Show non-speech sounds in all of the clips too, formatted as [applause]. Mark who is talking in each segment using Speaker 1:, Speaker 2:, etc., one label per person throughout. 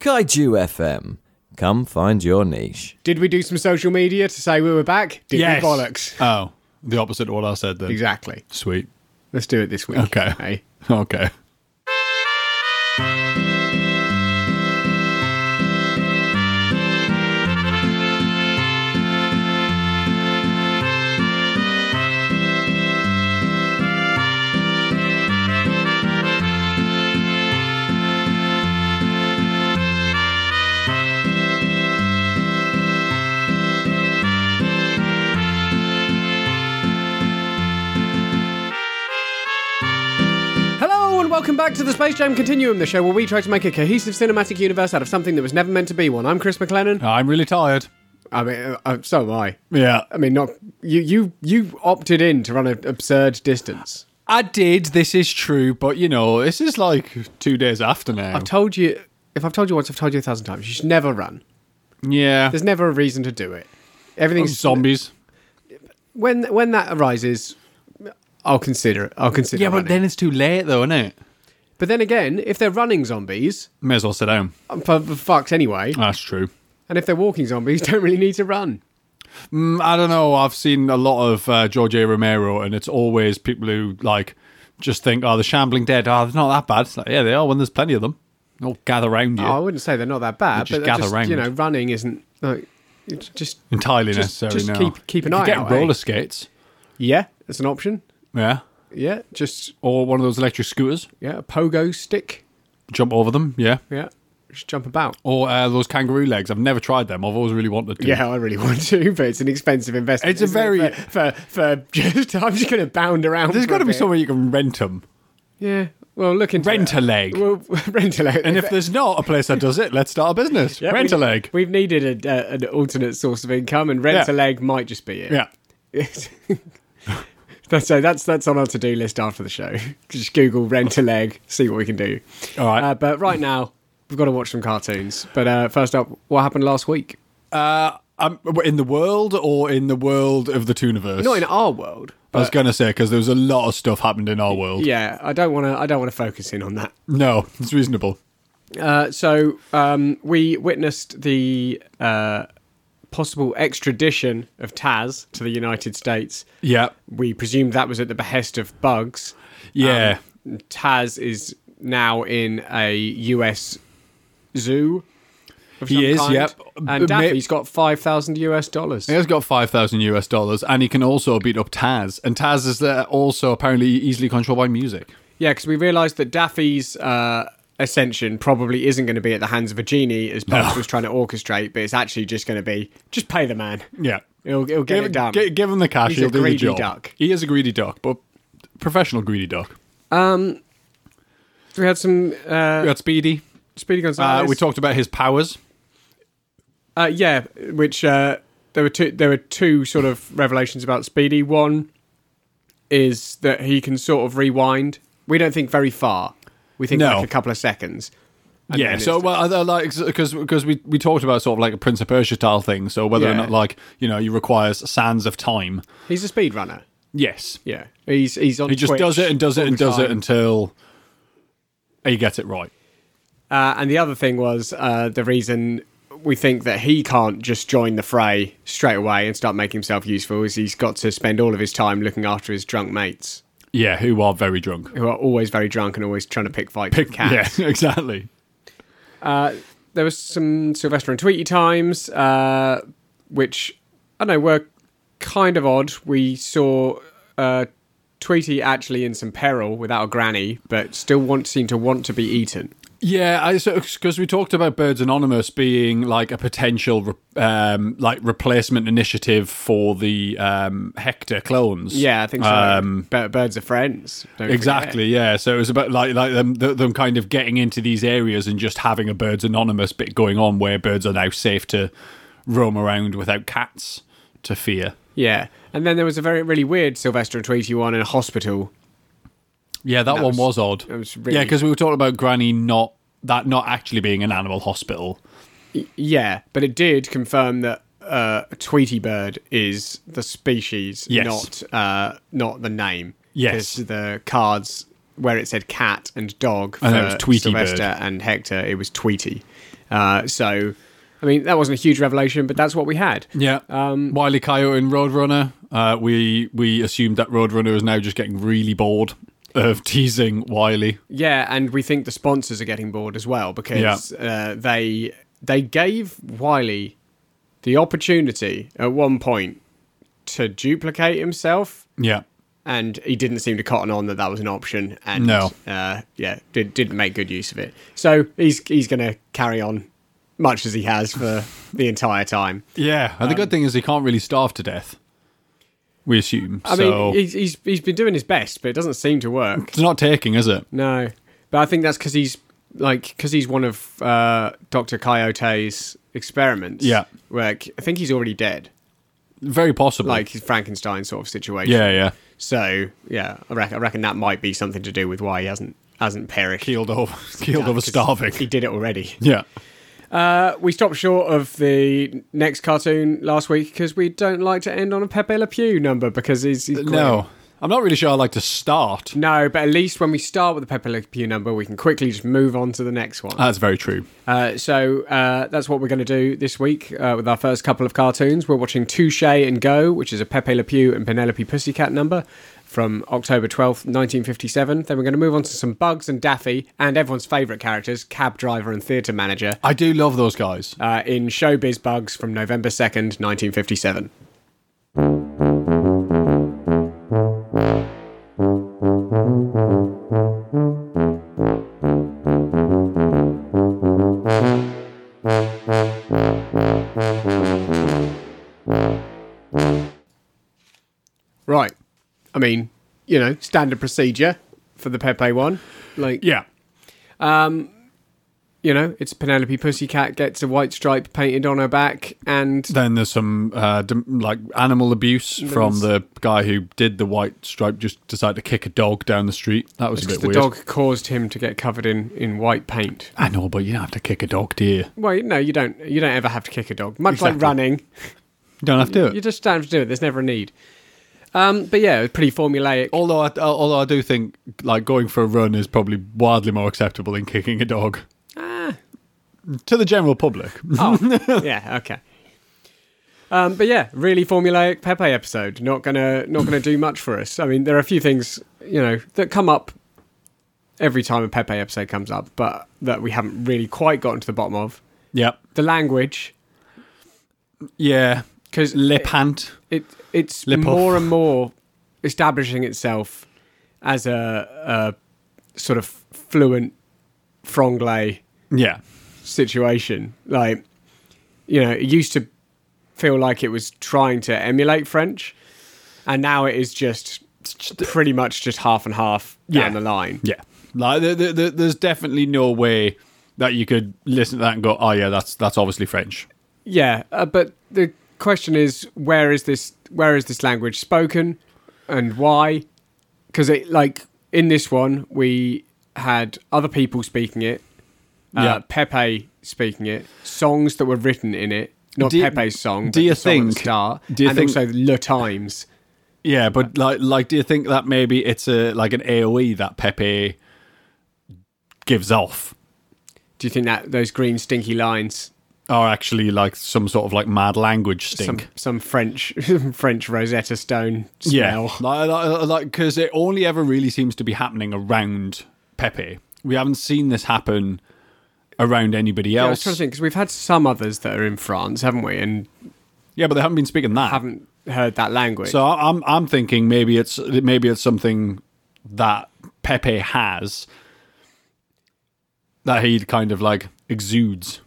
Speaker 1: Kaiju FM. Come find your niche.
Speaker 2: Did we do some social media to say we were back? Did
Speaker 3: Yes.
Speaker 2: we bollocks?
Speaker 3: Oh, the opposite of what I said then.
Speaker 2: Exactly.
Speaker 3: Sweet.
Speaker 2: Let's do it this week.
Speaker 3: Okay.
Speaker 2: Hey.
Speaker 3: Okay.
Speaker 2: Hello and welcome back to the Space Jam Continuum, the show where we try to make a cohesive cinematic universe out of something that was never meant to be one. I'm Chris McLennan.
Speaker 3: I'm really tired.
Speaker 2: I mean, uh, uh, so am I.
Speaker 3: Yeah.
Speaker 2: I mean, not you. You you opted in to run an absurd distance.
Speaker 3: I did. This is true, but you know, this is like two days after now.
Speaker 2: I've told you. If I've told you once, I've told you a thousand times. You should never run.
Speaker 3: yeah.
Speaker 2: There's never a reason to do it. Everything's
Speaker 3: Zombies.
Speaker 2: When when that arises, I'll consider it. I'll consider.
Speaker 3: Yeah, but
Speaker 2: running.
Speaker 3: then it's too late though, isn't it?
Speaker 2: But then again, if they're running zombies,
Speaker 3: May as well sit down.
Speaker 2: I'm fu- fu- fucked anyway.
Speaker 3: That's true.
Speaker 2: And if they're walking zombies, [laughs] don't really need to run.
Speaker 3: Mm, I don't know. I've seen a lot of uh, George A. Romero, and it's always people who like just think, "Oh, the shambling dead. Oh, they're not that bad." It's like, yeah, they are when there's plenty of them. They all gather round you.
Speaker 2: Oh, I wouldn't say they're not that bad,
Speaker 3: They just
Speaker 2: but
Speaker 3: gather
Speaker 2: just,
Speaker 3: round.
Speaker 2: you know, running isn't like it's just
Speaker 3: Entirely
Speaker 2: just-
Speaker 3: necessary
Speaker 2: just
Speaker 3: now.
Speaker 2: keep- keep an
Speaker 3: You
Speaker 2: eye
Speaker 3: get
Speaker 2: out, eh?
Speaker 3: roller skates.
Speaker 2: yeah, it's an option.
Speaker 3: Yeah.
Speaker 2: Yeah, just
Speaker 3: Or one of those electric scooters.
Speaker 2: yeah, a pogo stick.
Speaker 3: Jump over them. Yeah.
Speaker 2: Yeah, just jump about.
Speaker 3: Or uh, those kangaroo legs. I've never tried them. I've always really wanted
Speaker 2: [laughs]
Speaker 3: to.
Speaker 2: Yeah, I really want to, but it's an expensive investment.
Speaker 3: It's a
Speaker 2: isn't it?
Speaker 3: very-
Speaker 2: for for, for just [laughs] I'm just going to bound around.
Speaker 3: There's
Speaker 2: got to
Speaker 3: be somewhere you can rent them.
Speaker 2: Yeah, well, look into
Speaker 3: Rent
Speaker 2: it.
Speaker 3: a leg.
Speaker 2: Well, [laughs] rent a leg. [laughs]
Speaker 3: And if there's not a place that does it, let's start a business.
Speaker 2: Yeah,
Speaker 3: rent
Speaker 2: we-
Speaker 3: a leg.
Speaker 2: We've needed a, a, an alternate source of income, and rent a
Speaker 3: Yeah.
Speaker 2: leg might just be it.
Speaker 3: Yeah.
Speaker 2: [laughs] that's so uh, that's that's on our to do list after the show. [laughs] Just Google rent a leg, see what we can do.
Speaker 3: All right.
Speaker 2: Uh, but right now we've got to watch some cartoons. But uh, first up, what happened last week?
Speaker 3: Uh, um, in the world or in the world of the Tooniverse?
Speaker 2: Not in our world.
Speaker 3: I was going to say, because there was a lot of stuff happened in our world.
Speaker 2: Yeah, I don't want to. I don't want to focus in on that.
Speaker 3: No, it's reasonable.
Speaker 2: Uh, so um, we witnessed the uh, possible extradition of Taz to the United States.
Speaker 3: Yeah.
Speaker 2: We presumed that was at the behest of Bugs.
Speaker 3: Yeah.
Speaker 2: Um, Taz is now in a US zoo. of
Speaker 3: He
Speaker 2: some
Speaker 3: is,
Speaker 2: kind.
Speaker 3: yep.
Speaker 2: And
Speaker 3: But may-
Speaker 2: Daffy's got 5,000 US dollars.
Speaker 3: He has got 5,000 US dollars, and he can also beat up Taz. And Taz is uh, also apparently easily controlled by music.
Speaker 2: Yeah, because we realised that Daffy's uh, ascension probably isn't going to be at the hands of a genie as Bugs was trying to orchestrate, but it's actually just going to be just pay the man.
Speaker 3: Yeah.
Speaker 2: He'll, he'll get
Speaker 3: Give,
Speaker 2: it done.
Speaker 3: gi- give him the cash,
Speaker 2: He's a
Speaker 3: he'll do the
Speaker 2: greedy
Speaker 3: job.
Speaker 2: duck.
Speaker 3: He is a greedy duck, but professional greedy duck.
Speaker 2: we had some uh,
Speaker 3: We had Speedy.
Speaker 2: Speedy
Speaker 3: Uh,
Speaker 2: Gonzalez.
Speaker 3: we talked about his powers.
Speaker 2: Uh, yeah, which uh, there were two. There were two sort of revelations about Speedy. One is that he can sort of rewind. We don't think very far. We think
Speaker 3: No.
Speaker 2: like a couple of seconds.
Speaker 3: yeah,
Speaker 2: then
Speaker 3: so
Speaker 2: it's-
Speaker 3: well, I- I like because because we we talked about sort of like a Prince of Persia style thing. So whether
Speaker 2: Yeah.
Speaker 3: or not like you know you requires sands of time.
Speaker 2: He's a speedrunner.
Speaker 3: Yes,
Speaker 2: Yeah, he's he's on.
Speaker 3: he just
Speaker 2: Twitch
Speaker 3: does it and does
Speaker 2: all
Speaker 3: it and
Speaker 2: the
Speaker 3: does it
Speaker 2: time.
Speaker 3: until he gets it right.
Speaker 2: Uh, and the other thing was uh, the reason we think that he can't just join the fray straight away and start making himself useful is he's got to spend all of his time looking after his drunk mates
Speaker 3: Yeah, who are very drunk.
Speaker 2: who are always very drunk and always trying to pick fights with cats.
Speaker 3: [laughs] Yeah, exactly.
Speaker 2: there was some Sylvester and Tweety times, uh, which I don't know were kind of odd. We saw uh, Tweety actually in some peril without a granny, but still want seemed to want to be eaten.
Speaker 3: Yeah, I because we talked about Birds Anonymous being like a potential re- um, like replacement initiative for the um, Hector clones.
Speaker 2: Yeah, I think so.
Speaker 3: Um,
Speaker 2: Bir- birds are friends. don't forget.
Speaker 3: Exactly. Yeah. So it was about like like them th- them kind of getting into these areas and just having a birds anonymous bit going on where birds are now safe to roam around without cats to fear.
Speaker 2: Yeah, and then there was a very really weird Sylvester and Tweety one in a hospital.
Speaker 3: Yeah, that, one
Speaker 2: was-
Speaker 3: was, odd.
Speaker 2: that was really-
Speaker 3: Yeah, because we were talking about Granny not that not actually being an animal hospital.
Speaker 2: Yeah, but it did confirm that uh, Tweety Bird is the species,
Speaker 3: Yes.
Speaker 2: not uh, not the name.
Speaker 3: Yes.
Speaker 2: 'Cause the cards where it said cat and dog for
Speaker 3: And it was Tweety
Speaker 2: Sylvester
Speaker 3: Bird.
Speaker 2: and Hector, it was Tweety. Uh, so, I mean, that wasn't a huge revelation, but that's what we had.
Speaker 3: Yeah. Um, Wiley Coyote and Roadrunner. Uh, we we assumed that Roadrunner is now just getting really bored of [laughs] teasing Wiley.
Speaker 2: Yeah, and we think the sponsors are getting bored as well because uh, they they gave Wiley the opportunity at one point to duplicate himself,
Speaker 3: Yeah.
Speaker 2: and he didn't seem to cotton on that that was an option. And
Speaker 3: No.
Speaker 2: uh, yeah, did, didn't make good use of it. So he's he's going to carry on much as he has for the entire time.
Speaker 3: Yeah. And the good thing is he can't really starve to death. We assume.
Speaker 2: I
Speaker 3: so Mm.
Speaker 2: mean, he's, he's he's been doing his best, but it doesn't seem to work.
Speaker 3: it's not taking, is it?
Speaker 2: No, but I think that's because he's like because he's one of uh, Doctor Coyote's experiments.
Speaker 3: Yeah.
Speaker 2: where c- I think he's already dead,
Speaker 3: Very possible.
Speaker 2: like his Frankenstein sort of situation.
Speaker 3: yeah, yeah.
Speaker 2: So yeah, I reckon, I reckon that might be something to do with why he hasn't hasn't perished.
Speaker 3: Keeled over, [laughs] keeled over
Speaker 2: 'Cause
Speaker 3: starving.
Speaker 2: He did it already.
Speaker 3: Yeah.
Speaker 2: Uh, we stopped short of the next cartoon last week because we don't like to end on a Pepe Le Pew number because he's, he's grim.
Speaker 3: No. I'm not really sure I like to start.
Speaker 2: No, but at least when we start with the Pepe Le Pew number, we can quickly just move on to the next one.
Speaker 3: That's very true.
Speaker 2: Uh, so uh, that's what we're going to do this week uh, with our first couple of cartoons. We're watching Touche and Go, which is a Pepe Le Pew and Penelope Pussycat number from October 12th, 1957. Then we're going to move on to some Bugs and Daffy and everyone's favourite characters, Cab Driver and Theatre Manager,
Speaker 3: I do love those guys.
Speaker 2: uh, in Showbiz Bugs from November 2nd, 1957. Right. I mean, you know, standard procedure for the Pepe one. Like,
Speaker 3: Yeah.
Speaker 2: you know, it's Penelope Pussycat gets a white stripe painted on her back, and
Speaker 3: Then there's some uh, dom- like animal abuse from the guy who did the white stripe. Just decided to kick a dog down the street. That was a
Speaker 2: 'cause
Speaker 3: bit
Speaker 2: the
Speaker 3: weird.
Speaker 2: dog caused him to get covered in, in white paint.
Speaker 3: I know, but you don't have to kick a dog, dear.
Speaker 2: Well, no, you don't. You don't ever have to kick a dog. Much
Speaker 3: Exactly.
Speaker 2: like running,
Speaker 3: You don't have to do it.
Speaker 2: you just don't have to do it. There's never a need. Um, but yeah, it's pretty
Speaker 3: [laughs]
Speaker 2: formulaic.
Speaker 3: although, I, uh, although I do think like going for a run is probably wildly more acceptable than kicking a dog. To the general public, [laughs]
Speaker 2: Oh, yeah, okay. Um, but yeah, really formulaic Pepe episode. Not gonna not gonna do much for us. I mean, there are a few things you know that come up every time a Pepe episode comes up, but that we haven't really quite gotten to the bottom of.
Speaker 3: yeah,
Speaker 2: The language,
Speaker 3: yeah,
Speaker 2: because
Speaker 3: lip hand.
Speaker 2: it it's
Speaker 3: Lip
Speaker 2: more
Speaker 3: off.
Speaker 2: and more establishing itself as a, a sort of fluent franglais
Speaker 3: Yeah,
Speaker 2: situation. Like, you know, it used to feel like it was trying to emulate French, and now it is just pretty much just half and half down
Speaker 3: Yeah.
Speaker 2: the line.
Speaker 3: yeah. Like there, there, there- there's definitely no way that you could listen to that and go, oh yeah, that's that's obviously French.
Speaker 2: Yeah, uh, but the question is, where is this? Where is this language spoken, and why? Because it like in this one we had other people speaking it, uh,
Speaker 3: Yeah.
Speaker 2: Pepe speaking it, songs that were written in it, not
Speaker 3: Do you-
Speaker 2: Pepe's song.
Speaker 3: do
Speaker 2: but
Speaker 3: you
Speaker 2: the song at the
Speaker 3: think-
Speaker 2: start,
Speaker 3: do you
Speaker 2: and
Speaker 3: think-
Speaker 2: also Le Times?
Speaker 3: Yeah, but like, like, do you think that maybe it's a like an AOE that Pepe gives off,
Speaker 2: Do you think that those green stinky lines,
Speaker 3: or actually like some sort of like mad language stink?
Speaker 2: some some French French Rosetta Stone
Speaker 3: yeah,
Speaker 2: [laughs] smell?
Speaker 3: like, uh, like, because it only ever really seems to be happening around Pepe. We haven't seen this happen around anybody
Speaker 2: Yeah, I was
Speaker 3: else.
Speaker 2: trying to think because we've had some others that are in France, haven't we? And
Speaker 3: Yeah, but they haven't been speaking that.
Speaker 2: haven't heard that language.
Speaker 3: So I- I'm I'm thinking maybe it's maybe it's something that Pepe has that he kind of like exudes.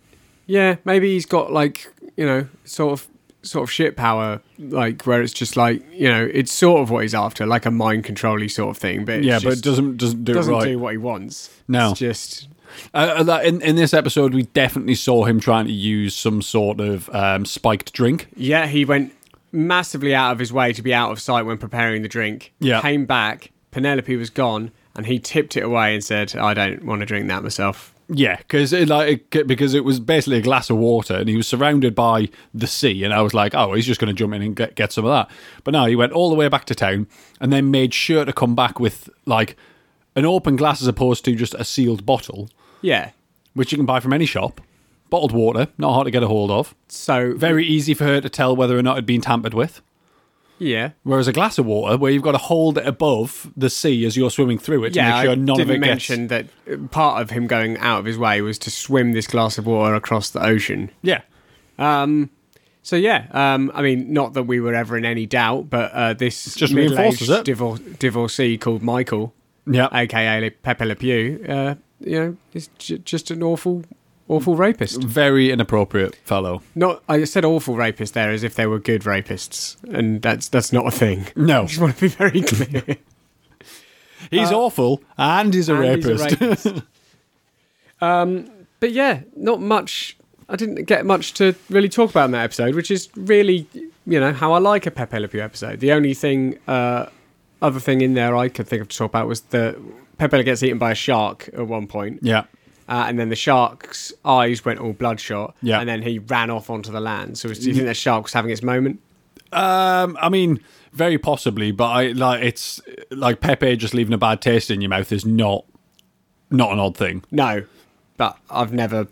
Speaker 2: Yeah, maybe he's got like you know sort of sort of shit power, like where it's just like you know it's sort of what he's after, like a mind controlly sort of thing. But it's
Speaker 3: Yeah, but
Speaker 2: just
Speaker 3: it doesn't doesn't do
Speaker 2: doesn't
Speaker 3: it right.
Speaker 2: do what he wants.
Speaker 3: No.
Speaker 2: it's just
Speaker 3: Uh, uh, that- in, in this episode, we definitely saw him trying to use some sort of um, spiked drink.
Speaker 2: yeah, he went massively out of his way to be out of sight when preparing the drink.
Speaker 3: Yeah.
Speaker 2: came back, Penelope was gone, and he tipped it away and said, "I don't want to drink that myself."
Speaker 3: Yeah, because it, like it, because it was basically a glass of water, and he was surrounded by the sea, and I was like, oh, he's just going to jump in and get, get some of that. But no, he went all the way back to town, and then made sure to come back with like an open glass as opposed to just a sealed bottle,
Speaker 2: Yeah,
Speaker 3: which you can buy from any shop. Bottled water, not hard to get a hold of.
Speaker 2: So
Speaker 3: Very easy for her to tell whether or not it'd been tampered with.
Speaker 2: yeah,
Speaker 3: Whereas a glass of water, where you've got to hold it above the sea as you're swimming through it to
Speaker 2: yeah.
Speaker 3: make sure
Speaker 2: I
Speaker 3: none of
Speaker 2: didn't
Speaker 3: it
Speaker 2: mention that uh, part of him going out of his way was to swim this glass of water across the ocean.
Speaker 3: gets. Yeah.
Speaker 2: So yeah, um, I mean, not that we were ever in any doubt, but uh, this
Speaker 3: just
Speaker 2: middle-aged
Speaker 3: reinforces it.
Speaker 2: divor- divorcee called Michael,
Speaker 3: Yeah.
Speaker 2: aka Le- Pepe Le Pew, uh, you know, is j- just an awful, awful rapist.
Speaker 3: Very inappropriate fellow.
Speaker 2: Not, I said awful rapist there as if they were good rapists, and that's that's not a thing. [laughs]
Speaker 3: No.
Speaker 2: I just want to be very clear.
Speaker 3: He's awful and he's a
Speaker 2: And he's a
Speaker 3: rapist.
Speaker 2: rapist. um, but yeah, not much. I didn't get much to really talk about in that episode, which is really, you know, how I like a Pepe Le Pew episode. The only thing, uh, other thing in there I could think of to talk about was the Pepe Le gets eaten by a shark at one point,
Speaker 3: [laughs] yeah.
Speaker 2: uh, and then the shark's eyes went all bloodshot,
Speaker 3: Yeah.
Speaker 2: and then he ran off onto the land. So, was, do you think that shark was having its moment?
Speaker 3: Um, I mean, very possibly, but I like it's like Pepe just leaving a bad taste in your mouth is not not an odd thing.
Speaker 2: No, but I've never.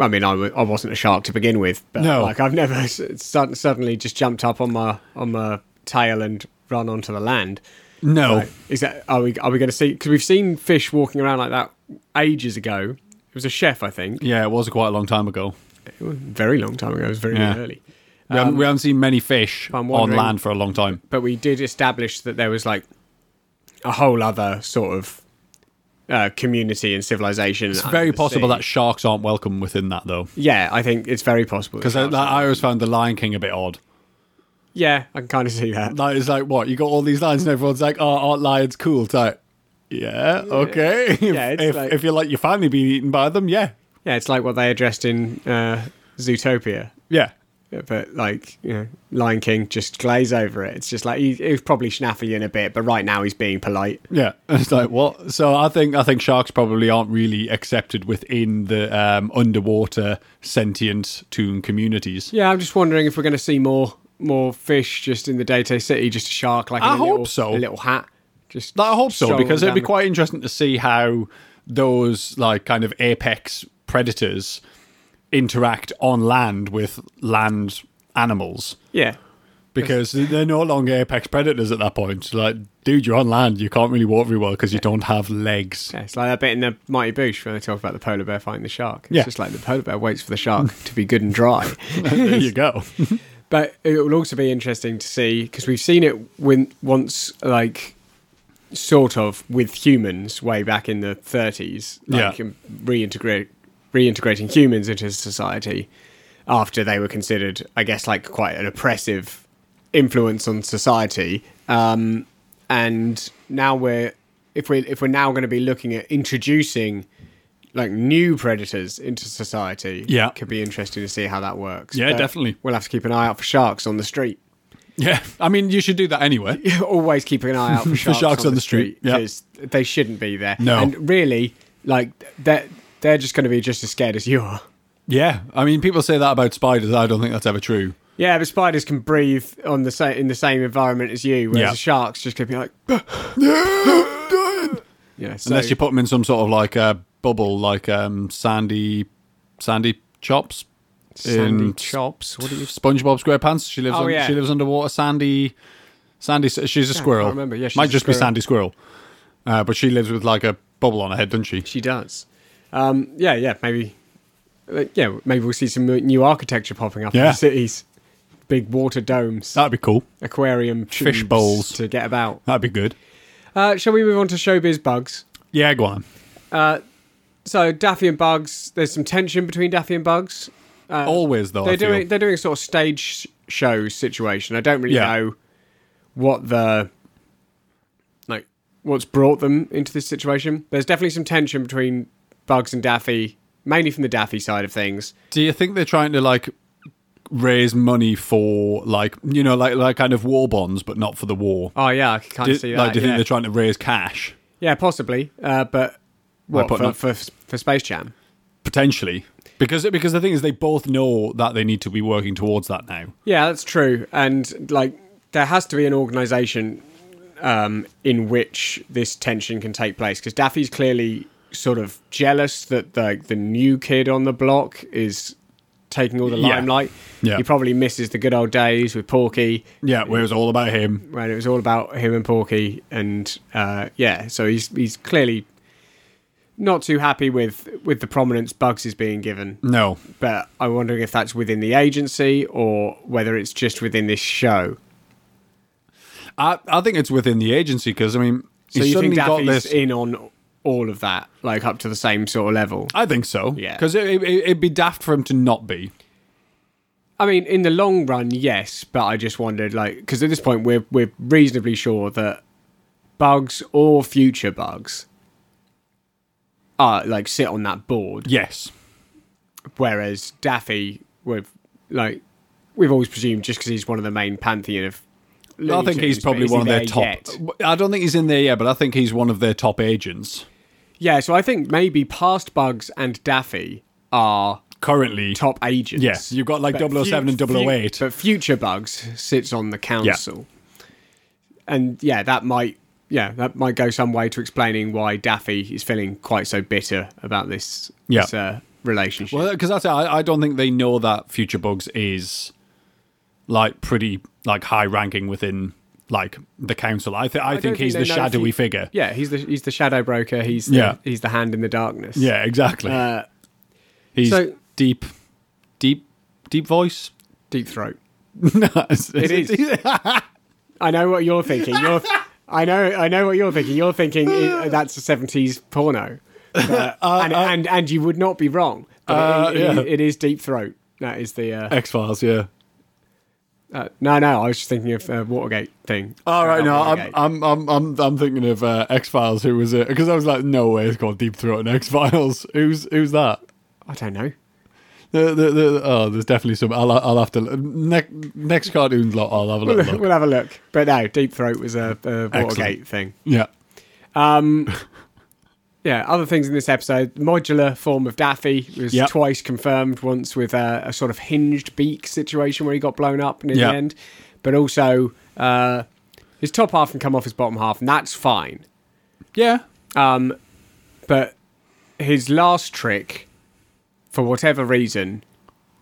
Speaker 2: I mean, I, w- I wasn't a shark to begin with, but
Speaker 3: No.
Speaker 2: like I've never [laughs] s- sud- suddenly just jumped up on my on my tail and run onto the land.
Speaker 3: No.
Speaker 2: Like, is that are we are we going to see? Because we've seen fish walking around like that ages ago. It was a chef, I think,
Speaker 3: Yeah, it was quite a long time ago.
Speaker 2: very long time ago. It was very
Speaker 3: Yeah.
Speaker 2: early,
Speaker 3: We, haven't, we haven't seen many fish
Speaker 2: Um, I'm
Speaker 3: on
Speaker 2: wondering-
Speaker 3: land for a long time.
Speaker 2: but we did establish that there was like a whole other sort of uh, community and civilization.
Speaker 3: It's very possible that sharks aren't welcome within that though,
Speaker 2: yeah, I think it's very possible that
Speaker 3: because uh, I,
Speaker 2: sharks-
Speaker 3: I always found the Lion King a bit odd.
Speaker 2: yeah, I can kind of see that.
Speaker 3: Like it's like what you got all these lions and everyone's like, "Oh, aren't lions cool?" It's like, yeah, okay. [laughs] If,
Speaker 2: Yeah, it's
Speaker 3: if,
Speaker 2: like-
Speaker 3: if you let your family be eaten by them, yeah,
Speaker 2: Yeah, it's like what they addressed in uh, Zootopia,
Speaker 3: yeah,
Speaker 2: but like you know, Lion King just glaze over it. It's just like he, he was probably snaffling a bit, but right now he's being polite.
Speaker 3: yeah. [laughs] It's like what? So I think I think sharks probably aren't really accepted within the um, underwater sentient tune communities.
Speaker 2: Yeah, I'm just wondering if we're going to see more more fish just in the Daytay City, just a shark like in
Speaker 3: I
Speaker 2: a
Speaker 3: hope
Speaker 2: little,
Speaker 3: so.
Speaker 2: a little hat. Just
Speaker 3: I hope so
Speaker 2: strolling
Speaker 3: because it'd
Speaker 2: down
Speaker 3: be
Speaker 2: the-
Speaker 3: quite interesting to see how those like kind of apex predators interact on land with land animals.
Speaker 2: yeah.
Speaker 3: because they're no longer apex predators at that point. Like, dude, you're on land. You can't really walk very well because you don't have legs.
Speaker 2: [laughs] Yeah, it's like that bit in the Mighty Boosh when they talk about the polar bear fighting the shark. It's
Speaker 3: Yeah.
Speaker 2: just like the polar bear waits for the shark [laughs] to be good and dry.
Speaker 3: there you go.
Speaker 2: But it will also be interesting to see because we've seen it when once like sort of with humans way back in the 30s, like
Speaker 3: Yeah.
Speaker 2: in- reintegrate reintegrating humans into society after they were considered, I guess, like quite an oppressive influence on society. Um, and now we're if we if we're now going to be looking at introducing like new predators into society,
Speaker 3: Yeah.
Speaker 2: could be interesting to see how that works.
Speaker 3: Yeah, definitely.
Speaker 2: Uh, We'll have to keep an eye out for sharks on the street.
Speaker 3: [laughs]
Speaker 2: [laughs]
Speaker 3: Yeah, I mean, you should do that anyway.
Speaker 2: Always keep an
Speaker 3: [laughs]
Speaker 2: eye out for sharks,
Speaker 3: sharks
Speaker 2: on, the street
Speaker 3: yeah.
Speaker 2: because they shouldn't be there.
Speaker 3: No.
Speaker 2: and really, like they're they're just going to be just as scared as you are.
Speaker 3: Yeah, I mean, people say that about spiders. I don't think that's ever true.
Speaker 2: Yeah, but spiders can breathe on the same in the same environment as you, whereas
Speaker 3: Yeah.
Speaker 2: the sharks just going to be
Speaker 3: [gasps]
Speaker 2: like, yeah, so,
Speaker 3: Unless you put them in some sort of like uh, bubble, like um, sandy, sandy chops.
Speaker 2: sandy
Speaker 3: in-
Speaker 2: chops. What do you?
Speaker 3: SpongeBob SquarePants. She lives.
Speaker 2: Oh,
Speaker 3: un-
Speaker 2: yeah.
Speaker 3: She lives underwater. Sandy. Sandy. She's a squirrel.
Speaker 2: remember. Yeah, she's
Speaker 3: Might
Speaker 2: a
Speaker 3: just be
Speaker 2: squirrel.
Speaker 3: Sandy Squirrel. Uh, but she lives with like a bubble on her head, doesn't she?
Speaker 2: She does. Um, yeah, yeah, maybe. uh, Yeah, maybe we'll see some new architecture popping up in
Speaker 3: Yeah.
Speaker 2: the cities. Big water domes,
Speaker 3: That'd be cool.
Speaker 2: aquarium
Speaker 3: Fish
Speaker 2: tubes
Speaker 3: bowls.
Speaker 2: to get about.
Speaker 3: That'd be good.
Speaker 2: Uh, shall we move on to showbiz bugs?
Speaker 3: Yeah, go on.
Speaker 2: So Daffy and Bugs, there's some tension between Daffy and Bugs.
Speaker 3: Always though. I
Speaker 2: They're
Speaker 3: feel.
Speaker 2: doing they're doing a sort of stage show situation. I don't really
Speaker 3: Yeah.
Speaker 2: know what the like what's brought them into this situation. There's definitely some tension between Bugs and Daffy, mainly from the Daffy side of things.
Speaker 3: Do you think they're trying to like raise money for like you know like like kind of war bonds, but not for the war?
Speaker 2: Oh yeah, I can kind
Speaker 3: Do,
Speaker 2: of see that.
Speaker 3: like, do you
Speaker 2: yeah.
Speaker 3: think they're trying to raise cash
Speaker 2: yeah, possibly. Uh, but what
Speaker 3: putting
Speaker 2: for,
Speaker 3: up-
Speaker 2: for for Space Jam?
Speaker 3: potentially? Because because the thing is, they both know that they need to be working towards that now.
Speaker 2: Yeah, that's true. And like, there has to be an organisation um, in which this tension can take place because Daffy's clearly sort of jealous that like the new kid on the block is taking all the
Speaker 3: Yeah.
Speaker 2: limelight.
Speaker 3: Yeah.
Speaker 2: He probably misses the good old days with Porky
Speaker 3: Yeah, where it was all about him.
Speaker 2: when it was all about him and Porky, and uh, yeah, so he's he's clearly not too happy with with the prominence Bugs is being given.
Speaker 3: No.
Speaker 2: But I'm wondering if that's within the agency or whether it's just within this show.
Speaker 3: I, I think it's within the agency because, I mean,
Speaker 2: So
Speaker 3: he's
Speaker 2: you think
Speaker 3: suddenly got
Speaker 2: Daffy's
Speaker 3: this.
Speaker 2: in on all of that, like up to the same sort of level?
Speaker 3: I think so.
Speaker 2: Yeah.
Speaker 3: Because it, it, it'd be daft for him to not be.
Speaker 2: I mean, in the long run, yes, but I just wondered, like, because at this point we're we're reasonably sure that Bugs or future Bugs are like sit on that board,
Speaker 3: Yes.
Speaker 2: whereas Daffy, we've like we've always presumed just because he's one of the main pantheon of. Looney
Speaker 3: I think
Speaker 2: Tunes,
Speaker 3: he's
Speaker 2: but
Speaker 3: probably
Speaker 2: is he
Speaker 3: one of their
Speaker 2: there
Speaker 3: top.
Speaker 2: yet?
Speaker 3: I don't think he's in there yet, but I think he's one of their top agents
Speaker 2: Yeah, so I think maybe past Bugs and Daffy are
Speaker 3: currently.
Speaker 2: top agents.
Speaker 3: Yeah, you've got, like,
Speaker 2: But
Speaker 3: 007 and
Speaker 2: fu-
Speaker 3: 008.
Speaker 2: But Future Bugs sits on the council. And yeah, that might yeah, that might go some way to explaining why Daffy is feeling quite so bitter about this,
Speaker 3: Yeah.
Speaker 2: this uh, relationship.
Speaker 3: Well, because that's it. I, I don't think they know that Future Bugs is like pretty like high ranking within like the council. I, th- I,
Speaker 2: don't
Speaker 3: think he's
Speaker 2: they
Speaker 3: the
Speaker 2: know if
Speaker 3: shadowy
Speaker 2: he-
Speaker 3: figure.
Speaker 2: Yeah, he's the he's the shadow broker, he's the,
Speaker 3: Yeah.
Speaker 2: he's the hand in the darkness.
Speaker 3: Yeah, exactly.
Speaker 2: Uh,
Speaker 3: he's
Speaker 2: so-
Speaker 3: deep, deep, deep voice.
Speaker 2: deep throat.
Speaker 3: [laughs] no, [laughs] it's- it's-
Speaker 2: is. I know what you're thinking. You're
Speaker 3: [laughs]
Speaker 2: I know I know what you're thinking. You're thinking i that's a 70s porno.
Speaker 3: [laughs]
Speaker 2: But- and, and and you would not be wrong. But it-
Speaker 3: Uh,
Speaker 2: it-
Speaker 3: yeah.
Speaker 2: it is deep throat. That is the uh,
Speaker 3: X Files. Yeah.
Speaker 2: Uh, no, no, I was just thinking of uh, Watergate thing.
Speaker 3: All right,
Speaker 2: Uh,
Speaker 3: no, I'm,
Speaker 2: Watergate.
Speaker 3: I'm, I'm, I'm, I'm thinking of uh, X Files. Who was it? Because I was like, no way, it's called Deep Throat and X Files. [laughs] Who's, who's that?
Speaker 2: I don't know.
Speaker 3: The, the, the, oh, there's definitely some. I'll, I'll have to next next cartoons lot. I'll have a
Speaker 2: We'll,
Speaker 3: little [laughs] look.
Speaker 2: [laughs] we'll have a look. But no, deep throat was a, a Watergate
Speaker 3: Excellent.
Speaker 2: thing.
Speaker 3: Yeah,
Speaker 2: Um, [laughs] Yeah, other things in this episode. Modular form of Daffy was
Speaker 3: Yep.
Speaker 2: twice confirmed. Once with a, a sort of hinged beak situation where he got blown up near
Speaker 3: Yep.
Speaker 2: the end, but also uh, his top half can come off his bottom half, and that's fine.
Speaker 3: yeah.
Speaker 2: But his last trick, for whatever reason,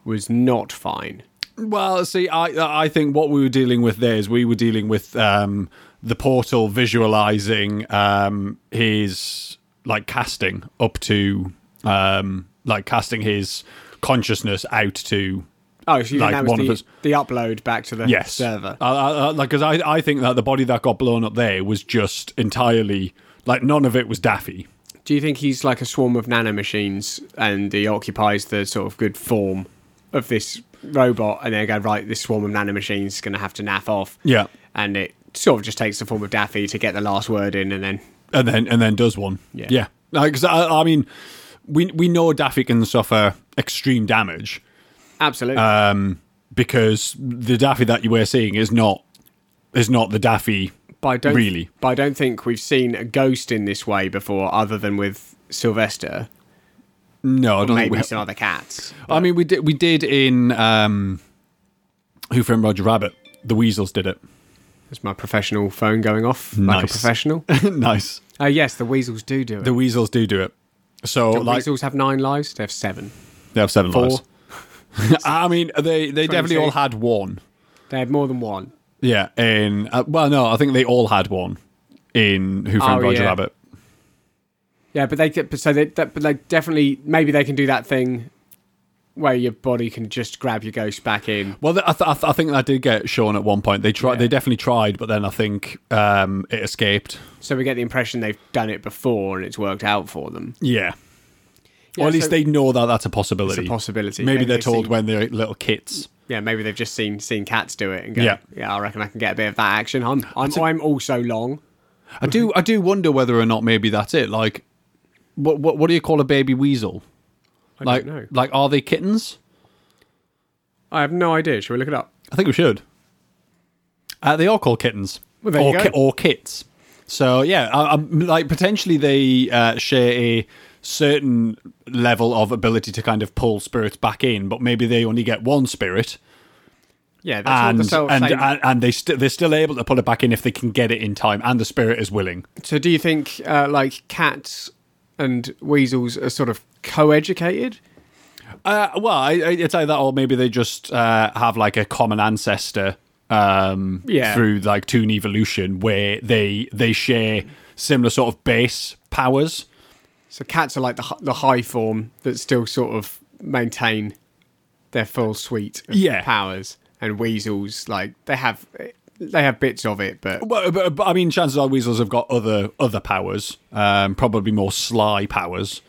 Speaker 2: was not fine.
Speaker 3: Well, see, I, I think what we were dealing with there is we were dealing with um, the portal visualizing um, his like casting up to um, like casting his consciousness out to
Speaker 2: Oh, so you
Speaker 3: Like
Speaker 2: think that was
Speaker 3: one of
Speaker 2: the,
Speaker 3: us-
Speaker 2: the upload back to the
Speaker 3: yes
Speaker 2: server.
Speaker 3: I, I, I, like because I, I think that the body that got blown up there was just entirely like none of it was daffy
Speaker 2: Do you think he's like a swarm of nanomachines and he occupies the sort of good form of this robot and then go, right, this swarm of nanomachines is going to have to naff off?
Speaker 3: Yeah.
Speaker 2: And it sort of just takes the form of Daffy to get the last word in and then.
Speaker 3: and then and then does one
Speaker 2: Yeah.
Speaker 3: yeah because I, I mean we we know daffy can suffer extreme damage
Speaker 2: Absolutely.
Speaker 3: um because the daffy that you were seeing is not is not the daffy
Speaker 2: but I don't,
Speaker 3: really.
Speaker 2: But I don't think we've seen a ghost in this way before, other than with Sylvester.
Speaker 3: no i don't think
Speaker 2: Maybe
Speaker 3: we,
Speaker 2: some other cats.
Speaker 3: i mean we did we did in um who framed roger rabbit the weasels
Speaker 2: [laughs]
Speaker 3: did it
Speaker 2: That's my professional phone going off. Like a
Speaker 3: Nice. [laughs]
Speaker 2: professional.
Speaker 3: nice
Speaker 2: Oh, yes, the weasels do do it.
Speaker 3: the weasels do do it so
Speaker 2: The
Speaker 3: like
Speaker 2: weasels have nine lives, they have seven.
Speaker 3: They have seven
Speaker 2: Four.
Speaker 3: lives. [laughs] I mean, they they definitely all had one.
Speaker 2: They have more than one.
Speaker 3: Yeah, in uh, well, no, I think they all had one in Who Framed
Speaker 2: Oh,
Speaker 3: Roger
Speaker 2: yeah.
Speaker 3: Rabbit.
Speaker 2: Yeah, but they but so they that, but they definitely maybe they can do that thing where your body can just grab your ghost back in.
Speaker 3: Well, th- I, th- I, th- I think that did get shown at one point. They tried,
Speaker 2: Yeah.
Speaker 3: they definitely tried, but then I think um, it escaped.
Speaker 2: So we get the impression they've done it before and it's worked out for them.
Speaker 3: Yeah,
Speaker 2: Yeah,
Speaker 3: or at least
Speaker 2: so
Speaker 3: they know that that's a possibility.
Speaker 2: it's a possibility.
Speaker 3: Maybe, they're
Speaker 2: they've
Speaker 3: told
Speaker 2: seen-
Speaker 3: when they're little kids.
Speaker 2: Yeah, maybe they've just seen seen cats do it and go.
Speaker 3: Yeah.
Speaker 2: Yeah, I reckon I can get a bit of that action. I'm I'm, I'm also long.
Speaker 3: I do, I do wonder whether or not maybe that's it. Like, what what, what do you call a baby weasel?
Speaker 2: I
Speaker 3: like,
Speaker 2: don't know.
Speaker 3: like are they kittens?
Speaker 2: I have no idea. Shall we look it up?
Speaker 3: I think we should. Uh, they are called kittens,
Speaker 2: Well, there
Speaker 3: or,
Speaker 2: you go.
Speaker 3: ki- or kits. So yeah, I, I'm, like potentially they uh, share a certain level of ability to kind of pull spirits back in, but maybe they only get one spirit,
Speaker 2: Yeah, that's all
Speaker 3: and
Speaker 2: the sort of
Speaker 3: and, uh,
Speaker 2: same-
Speaker 3: and and they st- they're still able to pull it back in if they can get it in time, and the spirit is willing.
Speaker 2: So do you think uh, like cats and weasels are sort of co-educated.
Speaker 3: Uh, well, I, I, it's either that or maybe they just uh, have like a common ancestor um,
Speaker 2: Yeah.
Speaker 3: through like Toon Evolution where they they share similar sort of base powers.
Speaker 2: So cats are like the hi- the high form that still sort of maintain their full suite of
Speaker 3: Yeah.
Speaker 2: powers, and weasels like they have they have bits of it, but
Speaker 3: But, but, but I mean, chances are weasels have got other other powers, um, probably more sly powers.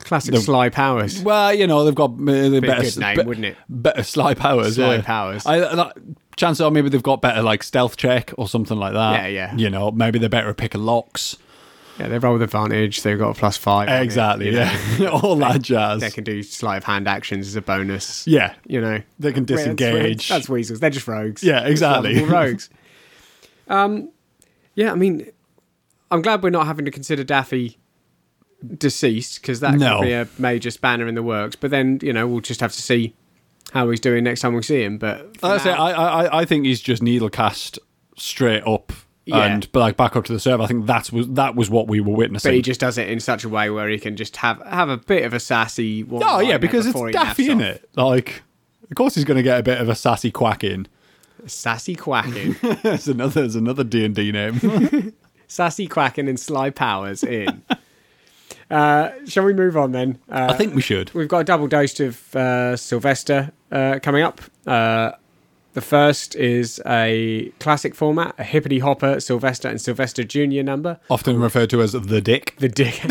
Speaker 2: classic sly powers.
Speaker 3: Well, you know, they've got uh, they're
Speaker 2: Be a
Speaker 3: better,
Speaker 2: good name,
Speaker 3: be-
Speaker 2: wouldn't it?
Speaker 3: Better sly powers.
Speaker 2: Sly
Speaker 3: yeah.
Speaker 2: powers.
Speaker 3: I, I- like, chances are maybe they've got better like stealth check or something like that.
Speaker 2: Yeah, yeah.
Speaker 3: You know, maybe they're better at picking locks.
Speaker 2: Yeah, they roll with advantage. They've got a plus five. on it,
Speaker 3: Exactly.
Speaker 2: you know.
Speaker 3: Yeah, [laughs] all that jazz.
Speaker 2: They can do sleight of hand actions as a bonus.
Speaker 3: yeah,
Speaker 2: You know,
Speaker 3: They can
Speaker 2: That's- that's-
Speaker 3: disengage.
Speaker 2: That's weasels. They're just rogues.
Speaker 3: Yeah, exactly.
Speaker 2: Lovable
Speaker 3: [laughs]
Speaker 2: rogues. Um, yeah, I mean, I'm glad we're not having to consider Daffy deceased because that
Speaker 3: No.
Speaker 2: could be a major spanner in the works. But then you know we'll just have to see how he's doing next time we see him. But for
Speaker 3: That's it.
Speaker 2: now-
Speaker 3: I, I I think he's just needle cast straight up
Speaker 2: Yeah.
Speaker 3: and but like back up to the server. I think that's was that was what we were
Speaker 2: but he
Speaker 3: witnessing.
Speaker 2: just does it in such a way where he can just have have a bit of a sassy.
Speaker 3: Oh yeah,
Speaker 2: one-liner
Speaker 3: because it's
Speaker 2: before he
Speaker 3: Daffy
Speaker 2: naps
Speaker 3: in
Speaker 2: off.
Speaker 3: it. Like, of course he's going to get a bit of a sassy quack in.
Speaker 2: Sassy quacking,
Speaker 3: [laughs] There's another there's another D and D name.
Speaker 2: sassy quacking, and sly powers in. Uh, shall we move on then? Uh,
Speaker 3: I think we should.
Speaker 2: We've got a double dose of uh, Sylvester uh, coming up. Uh, the first is a classic format, a hippity hopper Sylvester and Sylvester Junior number.
Speaker 3: Often referred to as the dick.
Speaker 2: The
Speaker 3: [laughs]
Speaker 2: dick.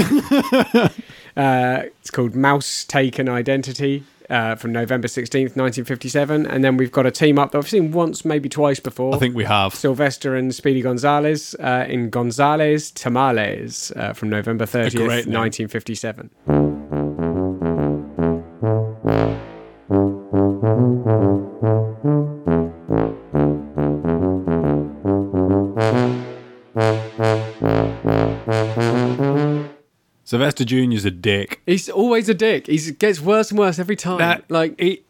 Speaker 2: [laughs] uh, it's called Mouse Taken Identity. Uh, from November 16th, 1957. And then we've got a team up that I've seen once, maybe twice before.
Speaker 3: I think we have.
Speaker 2: Sylvester and Speedy Gonzales uh, in Gonzales Tamales uh, from November 30th,
Speaker 3: great name.
Speaker 2: 1957.
Speaker 3: Sylvester Junior's a dick.
Speaker 2: He's always a dick. He gets worse and worse every time.
Speaker 3: That-
Speaker 2: like,
Speaker 3: He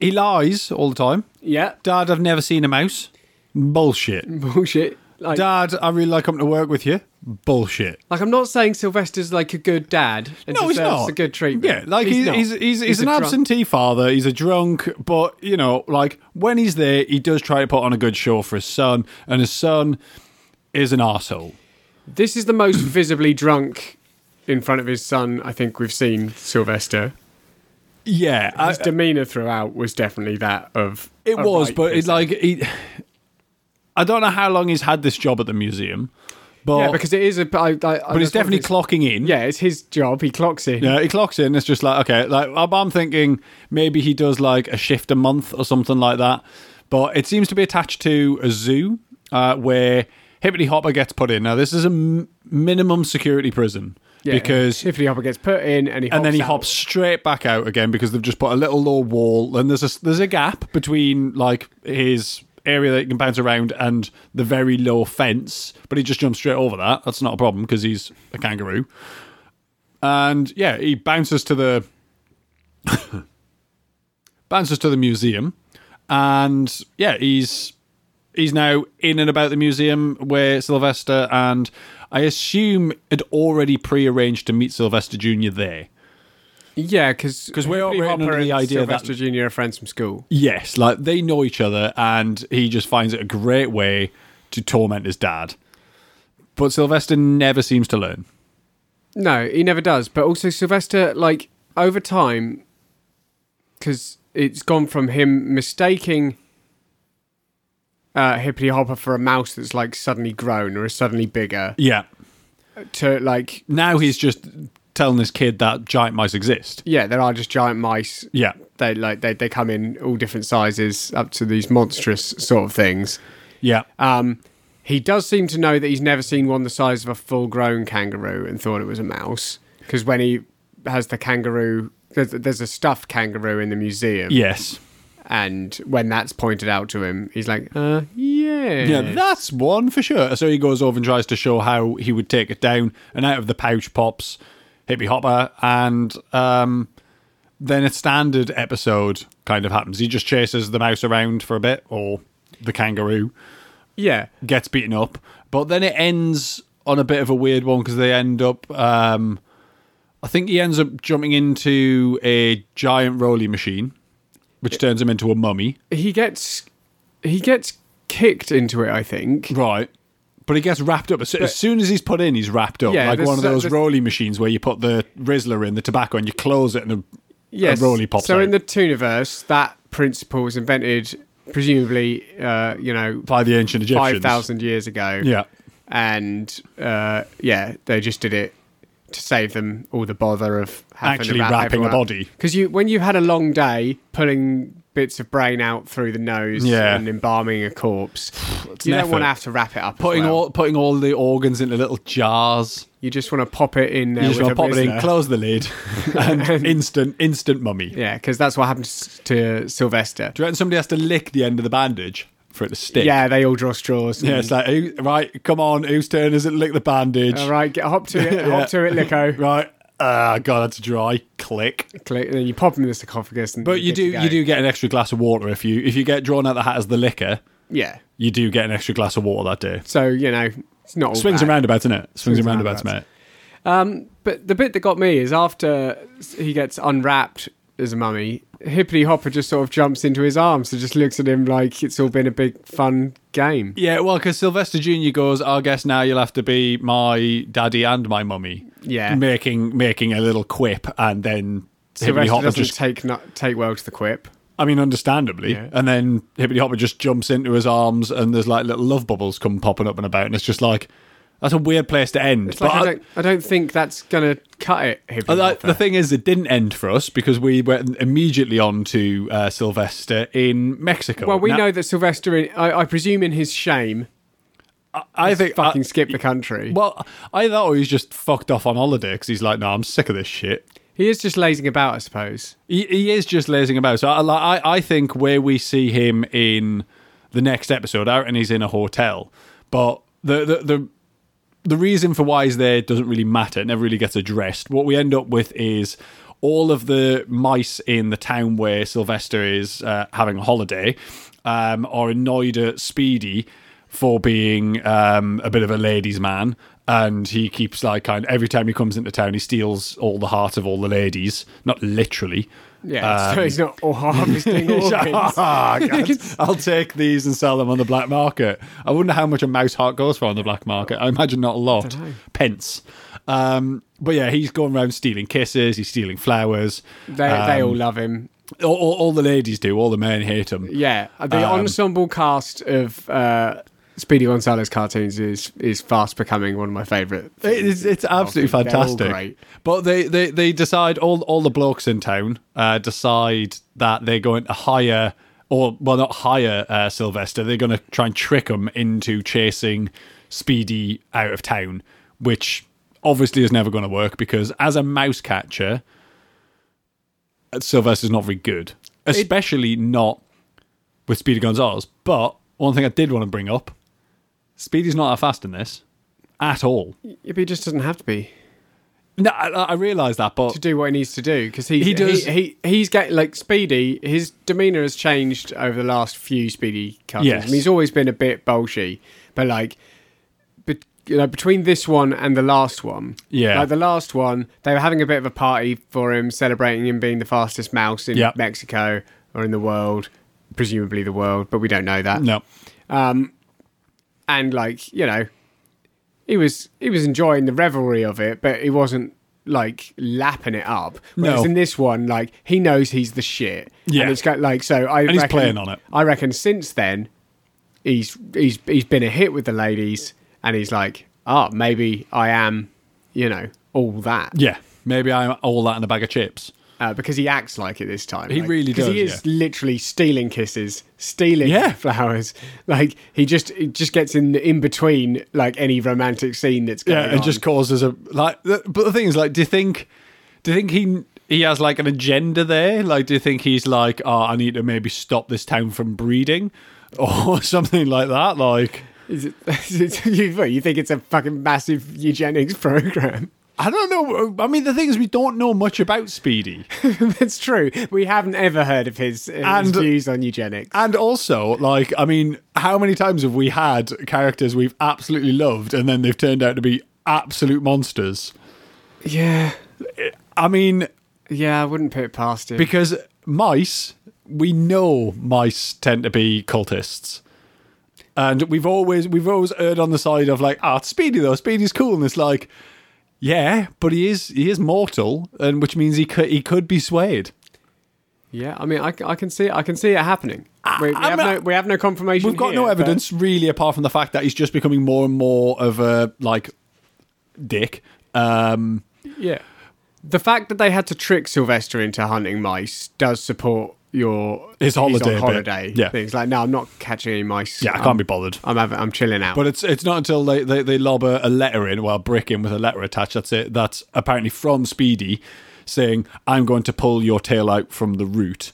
Speaker 3: he lies all the time.
Speaker 2: yeah, [laughs]
Speaker 3: Dad, I've never seen a mouse. Bullshit.
Speaker 2: bullshit. Like,
Speaker 3: Dad, I really like coming to work with you. Bullshit.
Speaker 2: like, I'm not saying Sylvester's like a good dad. And
Speaker 3: No, he's
Speaker 2: deserves
Speaker 3: not.
Speaker 2: a good treatment.
Speaker 3: Yeah, like he's
Speaker 2: not.
Speaker 3: he's, he's, he's,
Speaker 2: He's
Speaker 3: an
Speaker 2: a drunk.
Speaker 3: absentee father. He's a drunk, but you know, like when he's there, he does try to put on a good show for his son, and his son is an asshole.
Speaker 2: This is the most visibly drunk in front of his son. I think we've seen Sylvester.
Speaker 3: Yeah, I-
Speaker 2: His demeanor throughout was definitely that of
Speaker 3: it
Speaker 2: a
Speaker 3: was,
Speaker 2: right
Speaker 3: but it,
Speaker 2: person.
Speaker 3: like he, I don't know how long he's had this job at the museum, but
Speaker 2: yeah, because it is a. I, I,
Speaker 3: oh. but he's definitely clocking in.
Speaker 2: yeah, it's his job. He clocks in.
Speaker 3: Yeah, he clocks in. It's just like okay, like I'm- I'm thinking maybe he does like a shift a month or something like that. But it seems to be attached to a zoo uh, where Hippity Hopper gets put in. Now this is a m- minimum security prison
Speaker 2: Yeah,
Speaker 3: because.
Speaker 2: Hippity Hopper gets put in, and he hops
Speaker 3: and then he
Speaker 2: out.
Speaker 3: hops straight back out again because they've just put a little low wall and there's a there's a gap between like his area that he can bounce around and the very low fence, but he just jumps straight over that. That's not a problem because he's a kangaroo. And yeah, he bounces to the [laughs] bounces to the museum, and yeah, he's he's now in and about the museum where Sylvester and I assume had already pre-arranged to meet Sylvester Jr. there.
Speaker 2: Yeah, because
Speaker 3: 'Cause we're all written under the idea that-
Speaker 2: Sylvester Junior are friends from school.
Speaker 3: Yes, like they know each other, and he just finds it a great way to torment his dad. But Sylvester never seems to learn.
Speaker 2: No, he never does. But also Sylvester, like over time, because it's gone from him mistaking uh, Hippity Hopper for a mouse that's like suddenly grown or is suddenly bigger
Speaker 3: Yeah.
Speaker 2: to like
Speaker 3: Now he's just telling this kid that giant mice exist.
Speaker 2: yeah, there are just giant mice.
Speaker 3: Yeah.
Speaker 2: They like they they come in all different sizes up to these monstrous sort of things.
Speaker 3: Yeah. Uh,
Speaker 2: Um, he does seem to know that he's never seen one the size of a full-grown kangaroo and thought it was a mouse. Because when he has the kangaroo, there's, there's a stuffed kangaroo in the museum,
Speaker 3: yes.
Speaker 2: and when that's pointed out to him, he's like, "Uh, yeah,
Speaker 3: Yeah, that's one for sure. So he goes over and tries to show how he would take it down, and out of the pouch pops Hippy Hopper, and um, then a standard episode kind of happens. He just chases the mouse around for a bit, or the kangaroo.
Speaker 2: yeah."
Speaker 3: gets beaten up, but then it ends on a bit of a weird one because they end up um, I think he ends up jumping into a giant rolly machine, which turns him into a mummy.
Speaker 2: He gets he gets kicked into it. I think.
Speaker 3: Right. But he gets wrapped up. As, as soon as he's put in, he's wrapped up.
Speaker 2: Yeah,
Speaker 3: like
Speaker 2: this
Speaker 3: one of
Speaker 2: is-
Speaker 3: those
Speaker 2: this-
Speaker 3: rolly machines where you put the Rizzler in, the tobacco, and you close it and a,
Speaker 2: Yes.
Speaker 3: a rolly pops
Speaker 2: so
Speaker 3: out
Speaker 2: in the Tooniverse, that principle was invented, presumably, uh, you know,
Speaker 3: by the ancient Egyptians.
Speaker 2: five thousand years ago.
Speaker 3: Yeah.
Speaker 2: And uh, yeah, they just did it to save them all the bother of having
Speaker 3: Actually wrapping a body.
Speaker 2: Because you, when you had a long day pulling bits of brain out through the nose
Speaker 3: Yeah.
Speaker 2: and embalming a corpse, you
Speaker 3: an
Speaker 2: don't want to
Speaker 3: effort.
Speaker 2: have to wrap it up. as
Speaker 3: Putting
Speaker 2: well.
Speaker 3: all putting all the organs into little jars.
Speaker 2: you just want to pop it in there.
Speaker 3: You just
Speaker 2: with
Speaker 3: want
Speaker 2: a
Speaker 3: to pop it in,
Speaker 2: Rizzler.
Speaker 3: close
Speaker 2: [laughs]
Speaker 3: the lid, and instant instant mummy.
Speaker 2: Yeah, because that's what happens to Sylvester.
Speaker 3: Do you reckon somebody has to lick the end of the bandage for it to stick?
Speaker 2: Yeah, they all draw straws.
Speaker 3: Yeah, it's like, who, right, come on, whose turn is it to lick the bandage?
Speaker 2: all right, get hop to
Speaker 3: [laughs]
Speaker 2: it, hop to it, Lico.
Speaker 3: Right. Ah, God, that's dry. Click.
Speaker 2: Click, and then you pop him in the sarcophagus. And
Speaker 3: But you
Speaker 2: you're good
Speaker 3: do
Speaker 2: to go.
Speaker 3: you do get an extra glass of water if you if you get drawn out the hat as the liquor,
Speaker 2: yeah.
Speaker 3: you do get an extra glass of water that day.
Speaker 2: So you know, it's not all
Speaker 3: Swings
Speaker 2: bad.
Speaker 3: and roundabouts, isn't it? Swings, and roundabouts,
Speaker 2: roundabouts.
Speaker 3: mate.
Speaker 2: But the bit that got me is after he gets unwrapped as a mummy, Hippity Hopper just sort of jumps into his arms and just looks at him like it's all been a big fun game.
Speaker 3: Yeah, well, because Sylvester Jr. goes, I guess now you'll have to be my daddy and my mummy.
Speaker 2: Yeah.
Speaker 3: Making making a little quip and then Hippity
Speaker 2: Sylvester
Speaker 3: Hopper
Speaker 2: doesn't
Speaker 3: just
Speaker 2: take not, take well to the quip.
Speaker 3: I mean, understandably.
Speaker 2: Yeah.
Speaker 3: And then Hippity Hopper just jumps into his arms, and there's like little love bubbles come popping up and about, and it's just like that's a weird place to end.
Speaker 2: It's like,
Speaker 3: I-
Speaker 2: I, don't, I don't think that's gonna cut it. Hippity
Speaker 3: I like-
Speaker 2: Hopper.
Speaker 3: the thing is, it didn't end for us because we went immediately on to uh, Sylvester in Mexico.
Speaker 2: well, we
Speaker 3: Now,
Speaker 2: know that Sylvester, in, I, I presume, in his shame,
Speaker 3: I think uh,
Speaker 2: fucking
Speaker 3: I-
Speaker 2: skipped the country.
Speaker 3: well, I thought he's just fucked off on holiday because he's like, no, I'm sick of this shit.
Speaker 2: He is just lazing about, I suppose.
Speaker 3: He, he is just lazing about. So I, I, I think where we see him in the next episode, out and he's in a hotel, but the the the, the reason for why he's there doesn't really matter. It never really gets addressed. What we end up with is all of the mice in the town where Sylvester is uh, having a holiday um, are annoyed at Speedy for being um, a bit of a ladies' man. And he keeps like kind every time he comes into town, he steals all the hearts of all the ladies. Not literally.
Speaker 2: Yeah,
Speaker 3: Um,
Speaker 2: so he's not all [laughs] harvesting
Speaker 3: [laughs]
Speaker 2: organs.
Speaker 3: Ah, God. I'll take these and sell them on the black market. I wonder how much a mouse heart goes for on the black market. I imagine not a lot. Pence. Um, but yeah, he's going around stealing kisses. He's stealing flowers.
Speaker 2: They, they
Speaker 3: Um,
Speaker 2: all love him.
Speaker 3: All, all, all the ladies do. All the men hate him.
Speaker 2: Yeah, the
Speaker 3: Um,
Speaker 2: ensemble cast of uh, Speedy Gonzales cartoons is is fast becoming one of my favourite.
Speaker 3: It is, it's absolutely
Speaker 2: They're all
Speaker 3: fantastic.
Speaker 2: great.
Speaker 3: But they, they, they decide all all the blokes in town uh, decide that they're going to hire or well not hire uh, Sylvester. They're going to try and trick him into chasing Speedy out of town, which obviously is never going to work because as a mouse catcher, uh, Sylvester's not very good, especially not with Speedy Gonzales. But one thing I did want to bring up: Speedy's not that fast in this at all.
Speaker 2: Yeah, but he just doesn't have to be
Speaker 3: No, I, I realize that, but
Speaker 2: to do what he needs to do because he
Speaker 3: He does-
Speaker 2: He, he he's getting like Speedy. His demeanour has changed over the last few Speedy cartoons.
Speaker 3: Yes.
Speaker 2: I mean, he's always been a bit bolshy, but like. But, you know, between this one and the last one,
Speaker 3: Yeah.
Speaker 2: like the last one, they were having a bit of a party for him, celebrating him being the fastest mouse in
Speaker 3: Yep.
Speaker 2: Mexico or in the world, presumably the world, but we don't know that.
Speaker 3: no,
Speaker 2: and like you know he was he was enjoying the revelry of it but he wasn't like lapping it up whereas
Speaker 3: No.
Speaker 2: in this one like he knows he's the shit
Speaker 3: Yeah.
Speaker 2: and it's got like so i
Speaker 3: he's
Speaker 2: reckon,
Speaker 3: playing on it.
Speaker 2: i reckon since then he's he's he's been a hit with the ladies and he's like ah maybe i am you know all that
Speaker 3: yeah, maybe I'm all that in a bag of chips.
Speaker 2: uh, because he acts like it this time.
Speaker 3: He
Speaker 2: Like,
Speaker 3: really
Speaker 2: 'cause He
Speaker 3: does,
Speaker 2: is literally stealing kisses, stealing
Speaker 3: Yeah.
Speaker 2: flowers. [laughs] Like he just he just gets in in between like any romantic scene that's going
Speaker 3: Yeah,
Speaker 2: on.
Speaker 3: it just causes a like. th- But the thing is, like, do you think, do you think he he has like an agenda there? Like, do you think he's like, oh, I need to maybe stop this town from breeding, [laughs] or something like that? Like,
Speaker 2: Is it- [laughs] is it- you, what, you think it's a fucking massive eugenics [laughs] program.
Speaker 3: I don't know. I mean, the thing is, we don't know much about Speedy.
Speaker 2: that's true. We haven't ever heard of his, uh, his
Speaker 3: And-
Speaker 2: views on eugenics.
Speaker 3: And also, like, I mean, how many times have we had characters we've absolutely loved and then they've turned out to be absolute monsters?
Speaker 2: yeah.
Speaker 3: I mean,
Speaker 2: Yeah, I wouldn't put it past him.
Speaker 3: because mice, we know mice tend to be cultists. And we've always we've always erred on the side of like, ah, it's Speedy though. Speedy's cool, and it's like, yeah, but he is he is mortal, and which means he could he could be swayed.
Speaker 2: yeah, I mean, I, c- I can see I can see it happening. We, we
Speaker 3: I'm
Speaker 2: have
Speaker 3: not-
Speaker 2: no we have no confirmation.
Speaker 3: We've got no
Speaker 2: here, but-
Speaker 3: evidence really, apart from the fact that he's just becoming more and more of a like dick. Um,
Speaker 2: Yeah. The fact that they had to trick Sylvester into hunting mice does support your
Speaker 3: His
Speaker 2: he's on
Speaker 3: holiday bit.
Speaker 2: holiday
Speaker 3: Yeah.
Speaker 2: things like no, I'm not catching any mice.
Speaker 3: yeah, I
Speaker 2: I'm,
Speaker 3: can't be bothered.
Speaker 2: I'm having, I'm chilling out.
Speaker 3: But it's it's not until they, they, they lob a, a letter in, well, a brick in with a letter attached. That's it. That's apparently from Speedy, saying, "I'm going to pull your tail out from the root."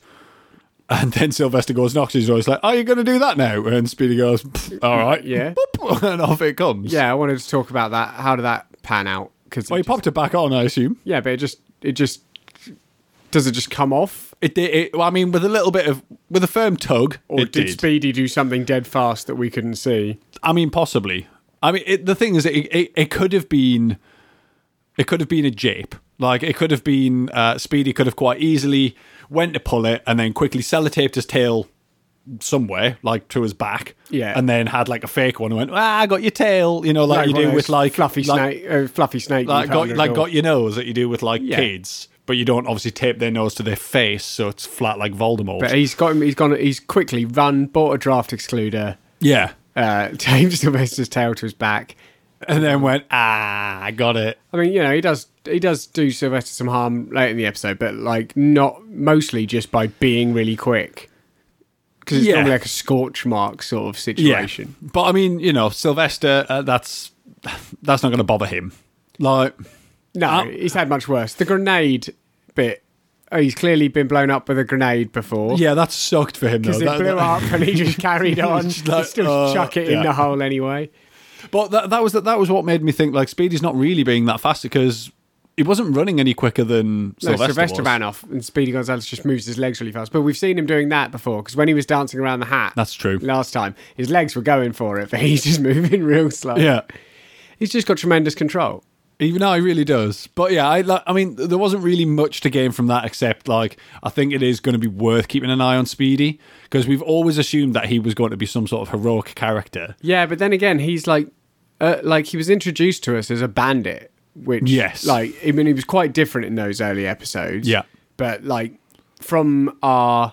Speaker 3: And then Sylvester goes knocks his always like, "Are you going to do that now?" And Speedy goes, "Pfft, "All right,
Speaker 2: Yeah.
Speaker 3: [laughs] Boop, and off it comes.
Speaker 2: yeah, I wanted to talk about that. How did that pan out? Because
Speaker 3: Well, he popped it back on, I assume.
Speaker 2: yeah, but it just it just does it just come off,
Speaker 3: It did. It, well, I mean, with a little bit of with a firm tug,
Speaker 2: or
Speaker 3: it
Speaker 2: Oh, did,
Speaker 3: did.
Speaker 2: Speedy do something dead fast that we couldn't see?
Speaker 3: I mean, possibly. I mean, it, the thing is, it, it it could have been, it could have been a jape. Like it could have been uh, Speedy could have quite easily went to pull it and then quickly sellotaped his tail somewhere, like to his back.
Speaker 2: Yeah.
Speaker 3: and then had like a fake one and went, "Ah, I got your tail," you know, like, you
Speaker 2: one of
Speaker 3: do
Speaker 2: those
Speaker 3: with like
Speaker 2: fluffy
Speaker 3: like,
Speaker 2: snake, uh, fluffy snake. you
Speaker 3: like
Speaker 2: put
Speaker 3: got
Speaker 2: under a
Speaker 3: like
Speaker 2: door.
Speaker 3: got your nose that you do with like
Speaker 2: Yeah.
Speaker 3: kids, but you don't obviously tape their nose to their face, so it's flat like Voldemort.
Speaker 2: But he's got him. He's gone. He's quickly run, bought a draft excluder, [laughs]
Speaker 3: yeah,
Speaker 2: uh, [laughs] tamed Sylvester's tail to his back.
Speaker 3: and then went, "Ah, I got it."
Speaker 2: I mean, you know, he does he does do Sylvester some harm late in the episode, but like not mostly just by being really quick. Because it's
Speaker 3: Yeah.
Speaker 2: normally like a scorch mark sort of situation.
Speaker 3: Yeah. But I mean, you know, Sylvester, uh, that's that's not going to bother him. Like,
Speaker 2: No,
Speaker 3: Uh,
Speaker 2: he's had much worse. The grenade bit. Oh, he's clearly been blown up with a grenade before.
Speaker 3: yeah, that sucked for him though.
Speaker 2: Because it
Speaker 3: That-
Speaker 2: blew
Speaker 3: that-
Speaker 2: up and he
Speaker 3: [laughs]
Speaker 2: just carried on.
Speaker 3: just like,
Speaker 2: he still
Speaker 3: uh,
Speaker 2: chuck it
Speaker 3: yeah.
Speaker 2: in the hole anyway.
Speaker 3: But that, that was that was what made me think like Speedy's not really being that fast because he wasn't running any quicker than
Speaker 2: No,
Speaker 3: Sylvester.
Speaker 2: Sylvester,
Speaker 3: was.
Speaker 2: ran off and Speedy Gonzalez just moves his legs really fast. But we've seen him doing that before because when he was dancing around the hat
Speaker 3: That's true.
Speaker 2: last time, his legs were going for it, but he's just [laughs] moving real slow.
Speaker 3: Yeah.
Speaker 2: He's just got tremendous control.
Speaker 3: Even now, he really does. But yeah, I, like, I mean, there wasn't really much to gain from that except, like, I think it is going to be worth keeping an eye on Speedy because we've always assumed that he was going to be some sort of heroic character.
Speaker 2: Yeah, but then again, he's like, uh, like he was introduced to us as a bandit, which
Speaker 3: Yes.
Speaker 2: like I mean, he was quite different in those early episodes.
Speaker 3: Yeah.
Speaker 2: but like from our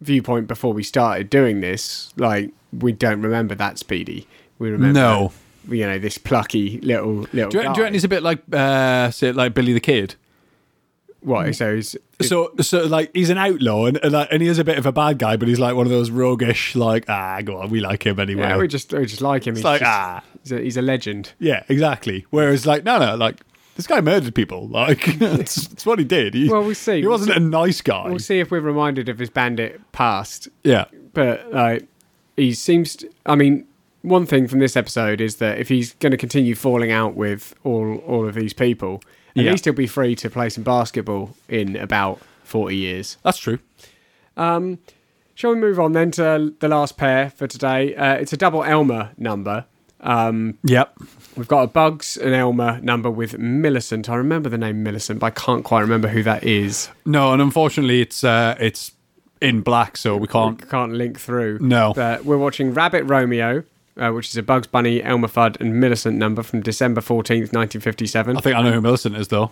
Speaker 2: viewpoint before we started doing this, like we don't remember that Speedy. We remember
Speaker 3: No.
Speaker 2: you know this plucky little little
Speaker 3: Do you, reckon-
Speaker 2: guy.
Speaker 3: do you reckon he's a bit like, uh, say, like Billy the Kid?
Speaker 2: what? So he's
Speaker 3: So, so like he's an outlaw and and, like, and he is a bit of a bad guy, but he's like one of those roguish, like ah, go on, we like him anyway.
Speaker 2: yeah,
Speaker 3: Yeah,
Speaker 2: we just we just like him. He's
Speaker 3: like,
Speaker 2: just-
Speaker 3: ah.
Speaker 2: he's a, he's a legend.
Speaker 3: exactly. Whereas like no, no, like this guy murdered people. Like [laughs] it's, it's what he did. He,
Speaker 2: Well, we'll see.
Speaker 3: He wasn't a nice guy.
Speaker 2: We'll see if we're reminded of his bandit past
Speaker 3: Yeah,
Speaker 2: but like he seems t I mean one thing from this episode is that if he's going to continue falling out with all all of these people at
Speaker 3: Yeah.
Speaker 2: least he'll be free to play some basketball in about 40 years
Speaker 3: that's true.
Speaker 2: shall we move on then to the last pair for today uh, it's a double elmer number Um,
Speaker 3: Yep.
Speaker 2: we've got a bugs and elmer number with millicent i remember the name millicent but i can't quite remember who that is
Speaker 3: No, and unfortunately, it's uh, it's in black, so we can't.
Speaker 2: can't link through.
Speaker 3: No.
Speaker 2: But Uh, we're watching Rabbit Romeo, uh, which is a Bugs Bunny, Elmer Fudd, and Millicent number from December 14th, 1957.
Speaker 3: I think I know who Millicent is though.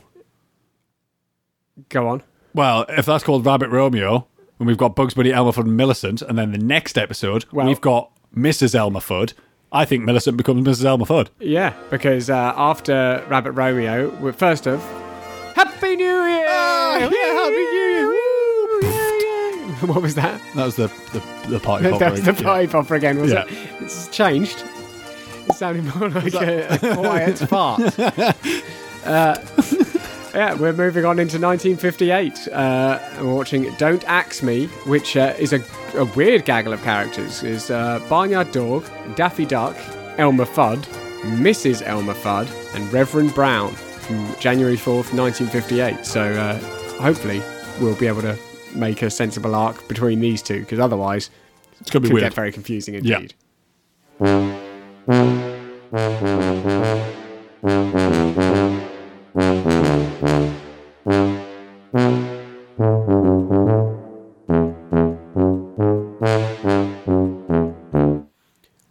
Speaker 2: Go on.
Speaker 3: Well, if that's called Rabbit Romeo, and we've got Bugs Bunny, Elmerford, and Millicent, and then the next episode
Speaker 2: Well-
Speaker 3: we've got Mrs. Elmerford. I think Millicent becomes Mrs. Elmerford.
Speaker 2: Yeah, because uh, after Rabbit Romeo, we're first of Happy New Year!
Speaker 3: Year!
Speaker 2: [laughs] What was that?
Speaker 3: That was the the, the party.
Speaker 2: That,
Speaker 3: popper,
Speaker 2: was the
Speaker 3: yeah.
Speaker 2: pipe opera again, was
Speaker 3: Yeah.
Speaker 2: it? It's changed. It sounded more like a,
Speaker 3: [laughs]
Speaker 2: a quiet fart. Uh, yeah, we're moving on into 1958. Uh, and we're watching Don't Axe Me, which uh, is a, a weird gaggle of characters. Is uh, Barnyard Dog, Daffy Duck, Elmer Fudd, Mrs. Elmer Fudd, and Reverend Brown from January 4th, 1958. So uh, hopefully we'll be able to make a sensible arc between these two, because otherwise
Speaker 3: It's gonna be
Speaker 2: could
Speaker 3: weird.
Speaker 2: get very confusing
Speaker 3: Yeah.
Speaker 2: indeed.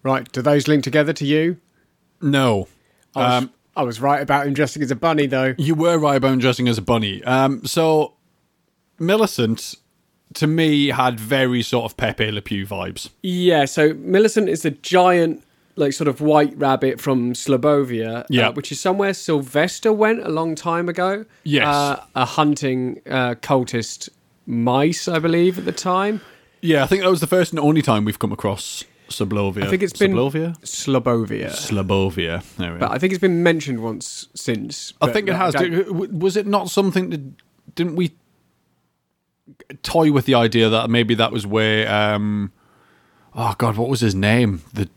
Speaker 2: Right, do those link together to you?
Speaker 3: No.
Speaker 2: I was,
Speaker 3: Um,
Speaker 2: I was right about him dressing as a bunny, though.
Speaker 3: You were right about him dressing as a bunny. Um, so Millicent, to me, had very sort of Pepe Le Pew vibes.
Speaker 2: Yeah, so Millicent is the giant, like, sort of white rabbit from Slobovia, uh,
Speaker 3: Yeah.
Speaker 2: which is somewhere Sylvester went a long time ago.
Speaker 3: Yes.
Speaker 2: Uh, a hunting uh, cultist mice, I believe, at the time.
Speaker 3: Yeah, I think that was the first and only time we've come across Sublovia.
Speaker 2: I think it's been-
Speaker 3: Sublovia?
Speaker 2: Slobovia.
Speaker 3: Slabovia. There we
Speaker 2: But
Speaker 3: are.
Speaker 2: I think it's been mentioned once since.
Speaker 3: I
Speaker 2: but
Speaker 3: think it
Speaker 2: I
Speaker 3: has.
Speaker 2: don't-
Speaker 3: Did- w- was it not something that didn't we toy with the idea that maybe that was where? Um, oh God, what was his name? The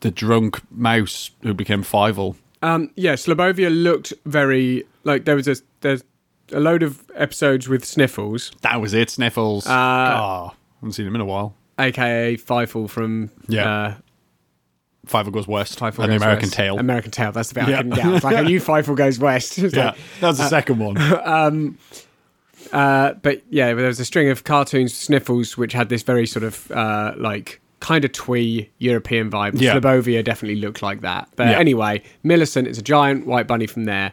Speaker 3: the drunk mouse who became Fivel.
Speaker 2: Um, yeah, Slobovia looked very like there was a there's a load of episodes with Sniffles,
Speaker 3: That was it. Sniffles.
Speaker 2: Uh,
Speaker 3: Ah, haven't seen him in a while.
Speaker 2: aka Fifle from
Speaker 3: Yeah.
Speaker 2: uh,
Speaker 3: Fivel goes west.
Speaker 2: Fifle
Speaker 3: and the
Speaker 2: Goes
Speaker 3: American
Speaker 2: West.
Speaker 3: Tail.
Speaker 2: American Tail. That's the bit
Speaker 3: Yeah.
Speaker 2: I couldn't get. I was like
Speaker 3: [laughs]
Speaker 2: I knew Fifle goes west. [laughs] It's
Speaker 3: yeah,
Speaker 2: like-
Speaker 3: that's the second one.
Speaker 2: [laughs] uh, but yeah, there was a string of cartoons Sniffles which had this very sort of uh, like kind of twee European vibe.
Speaker 3: Yeah.
Speaker 2: Slobovia definitely looked like that. But
Speaker 3: Yeah.
Speaker 2: anyway, Millicent is a giant white bunny from there.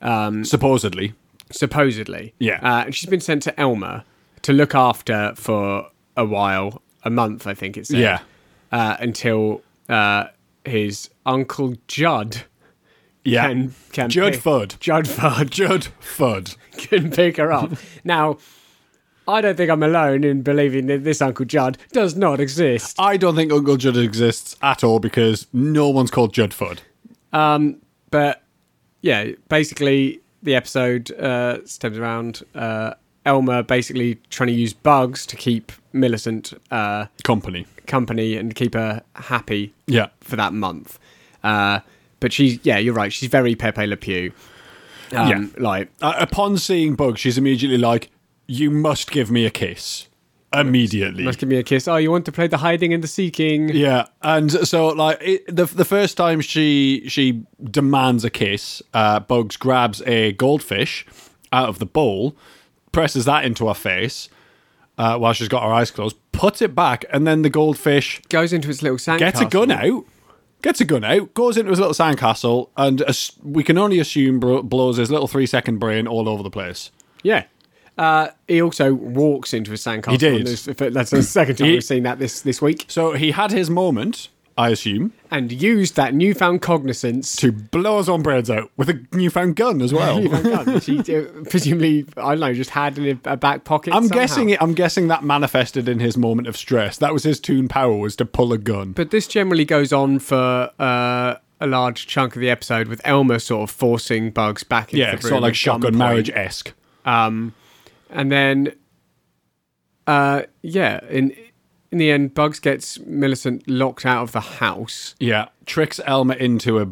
Speaker 3: Supposedly.
Speaker 2: supposedly.
Speaker 3: Yeah.
Speaker 2: Uh, and she's been sent to Elmer to look after for a while, a month, I think it's.
Speaker 3: Yeah.
Speaker 2: Uh, until uh, his uncle Judd
Speaker 3: Yeah.
Speaker 2: can can
Speaker 3: Judd
Speaker 2: pick-
Speaker 3: Fudd. [laughs]
Speaker 2: Judd Fudd
Speaker 3: Judd Fudd.
Speaker 2: can pick her [laughs] up. now, I don't think I'm alone in believing that this Uncle Judd does not exist.
Speaker 3: I don't think Uncle Judd exists at all because no one's called Judd Fudd.
Speaker 2: but yeah, basically the episode uh, stems around uh, Elmer basically trying to use bugs to keep Millicent uh,
Speaker 3: Company.
Speaker 2: company and keep her happy
Speaker 3: Yeah.
Speaker 2: for that month. Uh, but she's yeah, you're right. She's very Pepe Le Pew. Um,
Speaker 3: Yeah.
Speaker 2: like
Speaker 3: Uh, upon seeing Bug, she's immediately like, "You must give me a kiss immediately."
Speaker 2: must give me a kiss. Oh, you want to play the hiding and the seeking?
Speaker 3: Yeah, and so like it, the the first time she she demands a kiss, uh, Bugs grabs a goldfish out of the bowl, presses that into her face uh, while she's got her eyes closed, puts it back, and then the goldfish
Speaker 2: Goes into its little sandcastle.
Speaker 3: gets a gun out, gets a gun out, goes into his little sandcastle, and as- we can only assume bro- blows his little three second brain all over the place.
Speaker 2: Yeah. Uh, he also walks into a sandcastle.
Speaker 3: He did.
Speaker 2: on this- if it- that's the second time
Speaker 3: He-
Speaker 2: we've seen that this this week,
Speaker 3: So he had his moment, I assume,
Speaker 2: and used that newfound cognizance.
Speaker 3: to blow his own brains out with a newfound gun
Speaker 2: [laughs]
Speaker 3: as well.
Speaker 2: newfound gun, which [laughs] he, uh, presumably, I don't know, just had in a, a back pocket.
Speaker 3: [laughs] I'm
Speaker 2: somehow.
Speaker 3: guessing it, I'm guessing that manifested in his moment of stress. That was his tune power was to pull a gun.
Speaker 2: But this generally goes on for uh, a large chunk of the episode with Elmer sort of forcing Bugs back into
Speaker 3: yeah,
Speaker 2: the room.
Speaker 3: sort of like
Speaker 2: at
Speaker 3: shotgun
Speaker 2: gunpoint.
Speaker 3: marriage esque.
Speaker 2: And then, uh, yeah, in in the end, Bugs gets Millicent locked out of the house,
Speaker 3: Yeah, tricks Elmer into a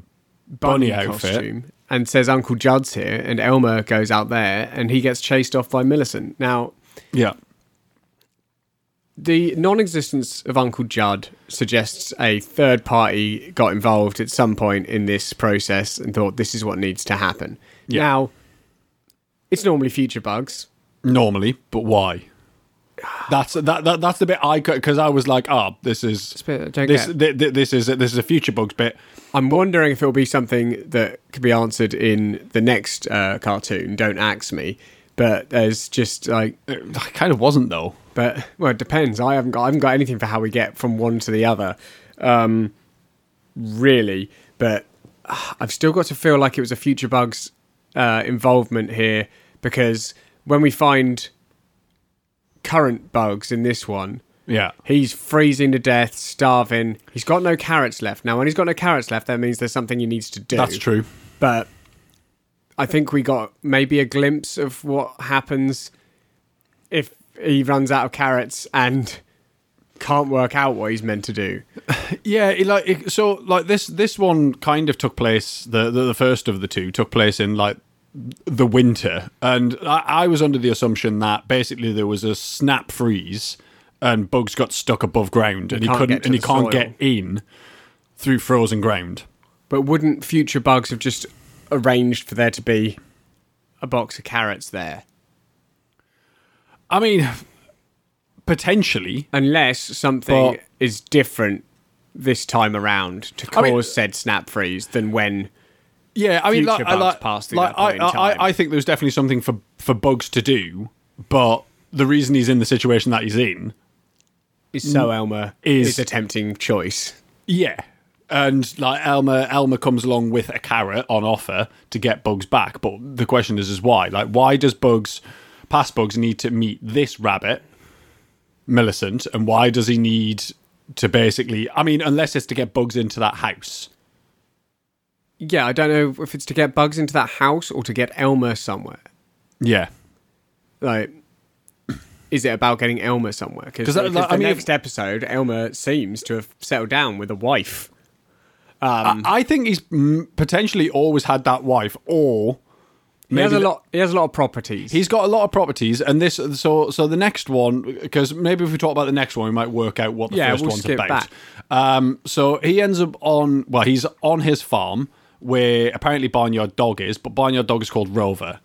Speaker 3: bunny, outfit.
Speaker 2: costume, and says Uncle Judd's here, and Elmer goes out there, and he gets chased off by Millicent. Now,
Speaker 3: Yeah,
Speaker 2: the non-existence of Uncle Judd suggests a third party got involved at some point in this process and thought this is what needs to happen. Now, it's normally future bugs.
Speaker 3: normally, but why? That's that, that that's the bit I because I was like, ah, this is
Speaker 2: bit I don't
Speaker 3: this
Speaker 2: get.
Speaker 3: th- th- this is this is a future bugs bit.
Speaker 2: I'm wondering if it'll be something that could be answered in the next uh, cartoon. Don't axe me. But there's just like,
Speaker 3: It kind of wasn't though.
Speaker 2: but well, it depends. I haven't got, I haven't got anything for how we get from one to the other, um, really. But ah, I've still got to feel like it was a future bugs uh, involvement here because when we find current bugs in this one,
Speaker 3: Yeah,
Speaker 2: He's freezing to death, starving. He's got no carrots left. Now, when he's got no carrots left, that means there's something he needs to do.
Speaker 3: that's true.
Speaker 2: But I think we got maybe a glimpse of what happens if he runs out of carrots and can't work out what he's meant to do.
Speaker 3: Yeah, it, like it, so, like this this one kind of took place the, the the first of the two took place in like the winter, and I, I was under the assumption that basically there was a snap freeze, and Bugs got stuck above ground, and he
Speaker 2: can't get
Speaker 3: couldn't,
Speaker 2: to
Speaker 3: and he
Speaker 2: the
Speaker 3: can't
Speaker 2: soil.
Speaker 3: get in through frozen ground.
Speaker 2: But wouldn't future bugs have just arranged for there to be a box of carrots there?
Speaker 3: I mean, potentially,
Speaker 2: Unless something
Speaker 3: But-
Speaker 2: is different this time around to
Speaker 3: I
Speaker 2: cause
Speaker 3: mean-
Speaker 2: said snap freeze than when
Speaker 3: Yeah, I mean, like,
Speaker 2: future
Speaker 3: I,
Speaker 2: bugs
Speaker 3: like,
Speaker 2: pass through
Speaker 3: like,
Speaker 2: that point
Speaker 3: I,
Speaker 2: in
Speaker 3: I,
Speaker 2: time.
Speaker 3: I think there's definitely something for for bugs to do, but the reason he's in the situation that he's in,
Speaker 2: is so Elmer
Speaker 3: Is-
Speaker 2: is, a tempting choice.
Speaker 3: yeah, and like Elmer, Elmer comes along with a carrot on offer to get Bugs back, but the question is, is why? Like, why does Bugs, past Bugs, need to meet this rabbit, Millicent, and why does he need to basically? I mean, unless it's to get Bugs into that house.
Speaker 2: Yeah, I don't know if it's to get bugs into that house or to get Elmer somewhere.
Speaker 3: Yeah,
Speaker 2: Like, is it about getting Elmer somewhere?
Speaker 3: 'Cause
Speaker 2: Because
Speaker 3: that- like, I
Speaker 2: the
Speaker 3: mean, if-
Speaker 2: next episode, Elmer seems to have settled down with a wife.
Speaker 3: I, I think he's mm, potentially always had that wife, or.
Speaker 2: He has a
Speaker 3: the-
Speaker 2: lot. He has a lot of properties.
Speaker 3: He's got a lot of properties, and this so so the next one because maybe if we talk about the next one, we might work out what the
Speaker 2: Yeah,
Speaker 3: 1st
Speaker 2: we'll
Speaker 3: one's
Speaker 2: skip
Speaker 3: about.
Speaker 2: back.
Speaker 3: Um, so he ends up on well, he's on his farm where apparently Barnyard Dog is, but Barnyard Dog is called Rover.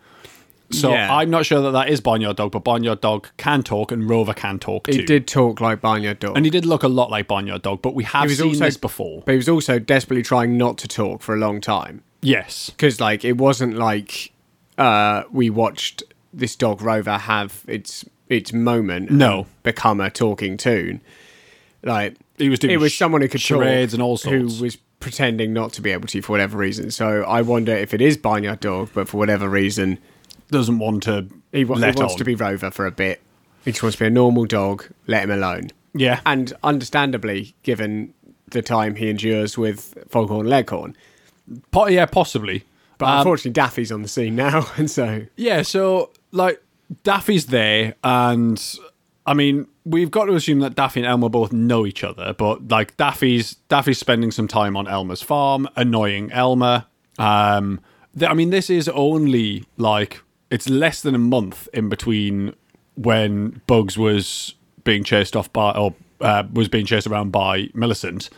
Speaker 3: So
Speaker 2: Yeah.
Speaker 3: I'm not sure that that is Barnyard Dog, but Barnyard Dog can talk and Rover can talk too.
Speaker 2: he did talk like Barnyard Dog,
Speaker 3: and he did look a lot like Barnyard Dog, but we have
Speaker 2: was
Speaker 3: seen
Speaker 2: also-
Speaker 3: this before.
Speaker 2: but he was also desperately trying not to talk for a long time.
Speaker 3: Yes,
Speaker 2: because like it wasn't like uh we watched this dog rover have its its moment and
Speaker 3: No.
Speaker 2: become a talking tune like
Speaker 3: He was doing
Speaker 2: it was
Speaker 3: sh-
Speaker 2: someone who could
Speaker 3: charades
Speaker 2: talk
Speaker 3: and all sorts.
Speaker 2: who was pretending not to be able to for whatever reason so i wonder if it is barnyard dog but for whatever reason
Speaker 3: doesn't want to.
Speaker 2: he, wa- he
Speaker 3: let
Speaker 2: wants
Speaker 3: on.
Speaker 2: to be rover for a bit he just wants to be a normal dog let him alone
Speaker 3: Yeah.
Speaker 2: and understandably given the time he endures with foghorn leghorn
Speaker 3: Po- yeah, possibly.
Speaker 2: but
Speaker 3: Um,
Speaker 2: unfortunately daffy's on the scene now [laughs] and so
Speaker 3: Yeah, so like Daffy's there, and I mean we've got to assume that Daffy and Elmer both know each other, but like Daffy's Daffy's spending some time on Elmer's farm, annoying Elmer. Um, th- I mean this is only like it's less than a month in between when Bugs was being chased off by or uh, was being chased around by Millicent.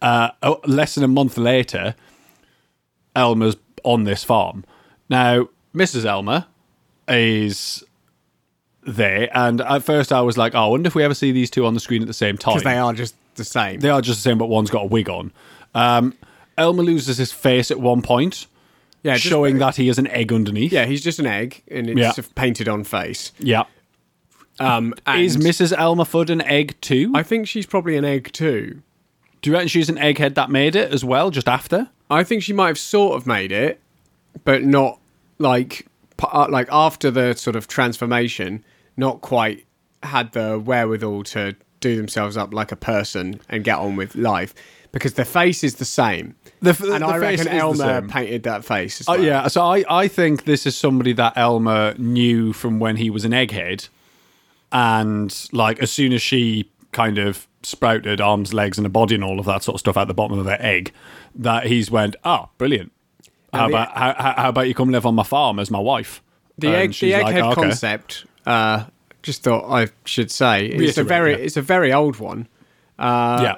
Speaker 3: Uh, oh, less than a month later, Elmer's on this farm. Now, Mrs. Elmer is there, and at first I was like, oh, I wonder if we ever see these two on the screen at the same time.
Speaker 2: because they are just the same.
Speaker 3: They are just the same, but one's got a wig on. Um, Elmer loses his face at one point,
Speaker 2: yeah, just-
Speaker 3: showing that he is an egg underneath.
Speaker 2: Yeah, he's just an egg, and it's
Speaker 3: Yeah.
Speaker 2: a painted on face.
Speaker 3: Yeah.
Speaker 2: Um, and
Speaker 3: Is Mrs. Elmer Fudd an egg too?
Speaker 2: I think she's probably an egg too.
Speaker 3: Do you reckon she's an egghead that made it as well, just after?
Speaker 2: I think she might have sort of made it, but not like p- uh, like after the sort of transformation, not quite had the wherewithal to do themselves up like a person and get on with life because the face is the same.
Speaker 3: The f-
Speaker 2: and
Speaker 3: the
Speaker 2: I
Speaker 3: face
Speaker 2: reckon
Speaker 3: is the
Speaker 2: Elmer
Speaker 3: same.
Speaker 2: painted that face. As
Speaker 3: Uh,
Speaker 2: well.
Speaker 3: yeah, so I, I think this is somebody that Elmer knew from when he was an egghead. And, like, as soon as she kind of sprouted arms, legs, and a body and all of that sort of stuff at the bottom of her egg, that he's went, oh, brilliant. How
Speaker 2: the-
Speaker 3: about, how, how how about you come live on my farm as my wife?
Speaker 2: the
Speaker 3: And
Speaker 2: egg the
Speaker 3: Um, she's
Speaker 2: egghead
Speaker 3: like, "Okay."
Speaker 2: concept uh just thought i should say it's a
Speaker 3: Reiterate,
Speaker 2: very
Speaker 3: yeah.
Speaker 2: it's a very old one
Speaker 3: yeah.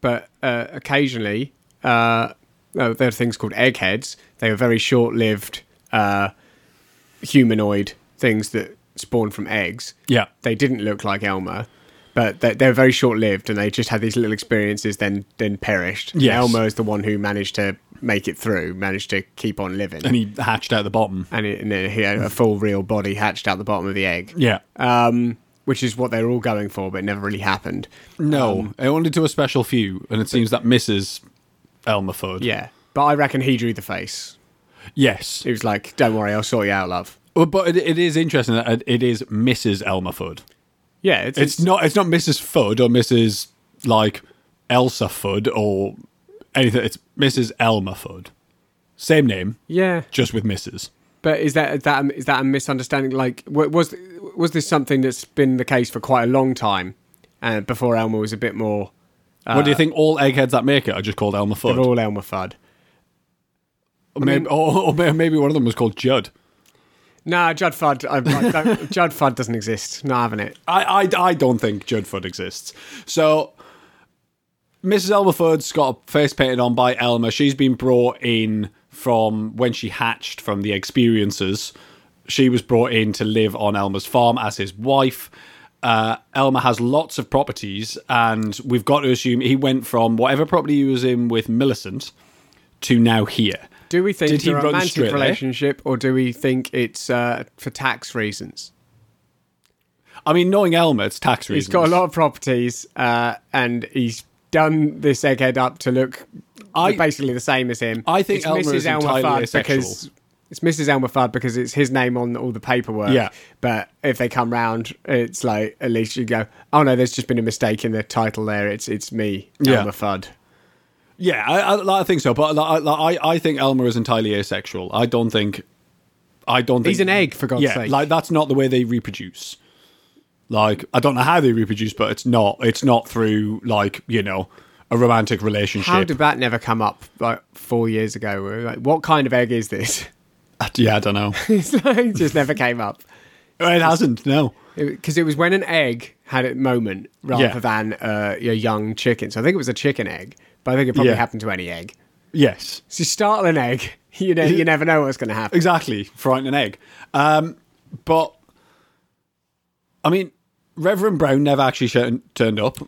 Speaker 2: but uh, occasionally uh no, there are things called eggheads they were very short-lived uh humanoid things that spawn from eggs
Speaker 3: Yeah.
Speaker 2: they didn't look like elmer but they, they were very short-lived and they just had these little experiences then then perished And
Speaker 3: Yes.
Speaker 2: elmer is the one who managed to make it through managed to keep on living
Speaker 3: And he hatched out the bottom.
Speaker 2: and, it, and then he had a full real body hatched out the bottom of the egg
Speaker 3: Yeah.
Speaker 2: um, which is what they were all going for, but it never really happened.
Speaker 3: no,
Speaker 2: um,
Speaker 3: only to a special few. And it seems that Mrs. Elmer Fudd.
Speaker 2: Yeah, but I reckon he drew the face.
Speaker 3: Yes.
Speaker 2: He was like, "Don't worry, I'll sort you out, love."
Speaker 3: Well, But it, it is interesting that it is Mrs. Elmer Fudd.
Speaker 2: Yeah, it's,
Speaker 3: It's
Speaker 2: it's-
Speaker 3: not. It's not Mrs. Fudd or Mrs. Like Elsa Fudd or anything. It's Mrs. Elmer Fudd. Same name,
Speaker 2: Yeah,
Speaker 3: just with Mrs.
Speaker 2: but is that is that is that a misunderstanding? Like, wa- was was this something that's been the case for quite a long time? Uh, before Elmer was a bit more,
Speaker 3: what do you think? All eggheads that make it are just called Elmer
Speaker 2: Ah. they're
Speaker 3: Fudd.
Speaker 2: all Elmer Fudd.
Speaker 3: Or maybe, or, or may- maybe one of them was called Judd.
Speaker 2: Nah, Judd Fudd. I, I don't, [laughs] Judd Fudd doesn't exist. No, I haven't it.
Speaker 3: I, I, I don't think Judd Fudd exists. So Mrs. Elmer Fudd's got a face painted on by Elmer. She's been brought in from when she hatched from the experiences. She was brought in to live on Elmer's farm as his wife. uh, Elmer has lots of properties, and we've got to assume he went from whatever property he was in with Millicent to now here.
Speaker 2: Do we think
Speaker 3: Did
Speaker 2: it's
Speaker 3: he
Speaker 2: a
Speaker 3: run straight
Speaker 2: romantic
Speaker 3: there?
Speaker 2: relationship, or do we think it's uh, for tax reasons?
Speaker 3: I mean, knowing Elmer, it's tax reasons.
Speaker 2: He's got a lot of properties, uh, and he's done this egghead up to look
Speaker 3: I-
Speaker 2: basically the same as him.
Speaker 3: I think
Speaker 2: it's
Speaker 3: Elmer
Speaker 2: Mrs.
Speaker 3: is
Speaker 2: Elmer
Speaker 3: entirely
Speaker 2: Fudd
Speaker 3: asexual.
Speaker 2: because it's Mrs. Elmer Fudd because it's his name on all the paperwork.
Speaker 3: Yeah.
Speaker 2: but if they come round, it's like at least you go, oh no, there's just been a mistake in the title there. It's it's me,
Speaker 3: Yeah.
Speaker 2: Elmer Fudd.
Speaker 3: Yeah, I, I, I think so, but I, I, I think Elmer is entirely asexual. I don't think, I don't think
Speaker 2: He's an egg for God's
Speaker 3: yeah,
Speaker 2: sake.
Speaker 3: like that's not the way they reproduce. Like I don't know how they reproduce, but it's not. It's not through like you know a romantic relationship.
Speaker 2: How did that never come up like four years ago? We were Like, what kind of egg is this?
Speaker 3: [laughs]
Speaker 2: [laughs]
Speaker 3: yeah, I don't know.
Speaker 2: it's like, it just never came up.
Speaker 3: it hasn't. No.
Speaker 2: because it, was when an egg had a moment rather
Speaker 3: Yeah.
Speaker 2: than uh, a young chicken. So I think it was a chicken egg, but I think it probably
Speaker 3: Yeah.
Speaker 2: happened to any egg.
Speaker 3: Yes.
Speaker 2: So you start an egg, [laughs] you know, you never know what's going to happen.
Speaker 3: Exactly. Frying an egg. Um, but I mean, Reverend Brown never actually shur- turned up.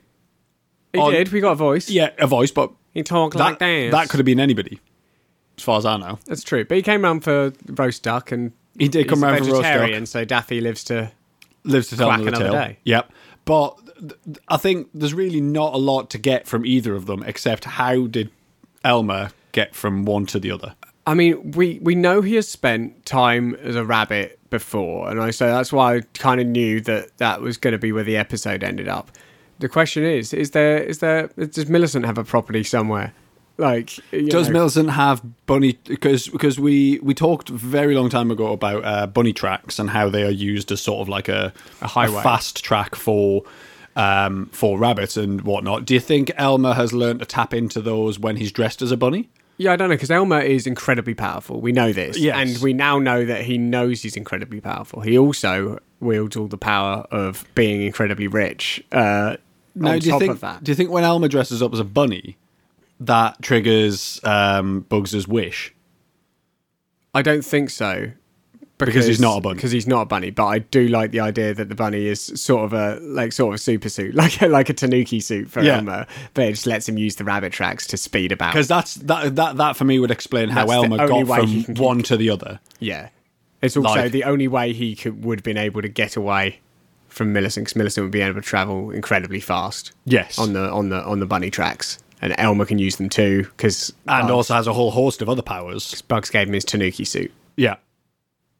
Speaker 2: He
Speaker 3: on-
Speaker 2: did. We got a voice.
Speaker 3: Yeah, a voice, but
Speaker 2: he talked like
Speaker 3: that
Speaker 2: that.
Speaker 3: that could have been anybody, as far as I know.
Speaker 2: That's true. But he came round for roast duck, and
Speaker 3: He did come
Speaker 2: he's a
Speaker 3: round for roast duck.
Speaker 2: vegetarian, So Daffy lives to.
Speaker 3: lives to tell
Speaker 2: Quack
Speaker 3: another,
Speaker 2: another
Speaker 3: tale.
Speaker 2: day.
Speaker 3: Yep. But th- th- I think there's really not a lot to get from either of them except how did Elmer get from one to the other?
Speaker 2: I mean, we we know he has spent time as a rabbit before, and I so that's why I kind of knew that that was going to be where the episode ended up. The question is: Is there is there does Millicent have a property somewhere? Like, you
Speaker 3: Does
Speaker 2: know-
Speaker 3: Millicent have bunny? Because because we we talked a very long time ago about uh, bunny tracks and how they are used as sort of like a a
Speaker 2: highway.
Speaker 3: fast track for um for rabbits and whatnot. Do you think Elmer has learned to tap into those when he's dressed as a bunny?
Speaker 2: Yeah, I don't know because Elmer is incredibly powerful. We know this,
Speaker 3: Yes.
Speaker 2: and we now know that he knows he's incredibly powerful. He also wields all the power of being incredibly rich. Uh, on
Speaker 3: do you
Speaker 2: top
Speaker 3: think
Speaker 2: of that,
Speaker 3: do you think when Elmer dresses up as a bunny, that triggers um, Bugs's wish?
Speaker 2: I don't think so.
Speaker 3: Because he's not a bunny.
Speaker 2: Because he's not a bunny, but I do like the idea that the bunny is sort of a like sort of super suit, [laughs] like a, like a tanuki suit for
Speaker 3: Yeah.
Speaker 2: Elmer, but it just lets him use the rabbit tracks to speed about.
Speaker 3: Because that's that that that for me would explain how
Speaker 2: That's the
Speaker 3: Elmer
Speaker 2: only
Speaker 3: got
Speaker 2: way he
Speaker 3: from
Speaker 2: can
Speaker 3: one to the other.
Speaker 2: yeah, it's also
Speaker 3: Like-
Speaker 2: the only way he could would have been able to get away from Millicent. Because Millicent would be able to travel incredibly fast.
Speaker 3: Yes.
Speaker 2: on the on the on the bunny tracks, and Elmer can use them too because
Speaker 3: And
Speaker 2: Bugs,
Speaker 3: also has a whole host of other powers.
Speaker 2: Bugs gave him his tanuki suit.
Speaker 3: Yeah.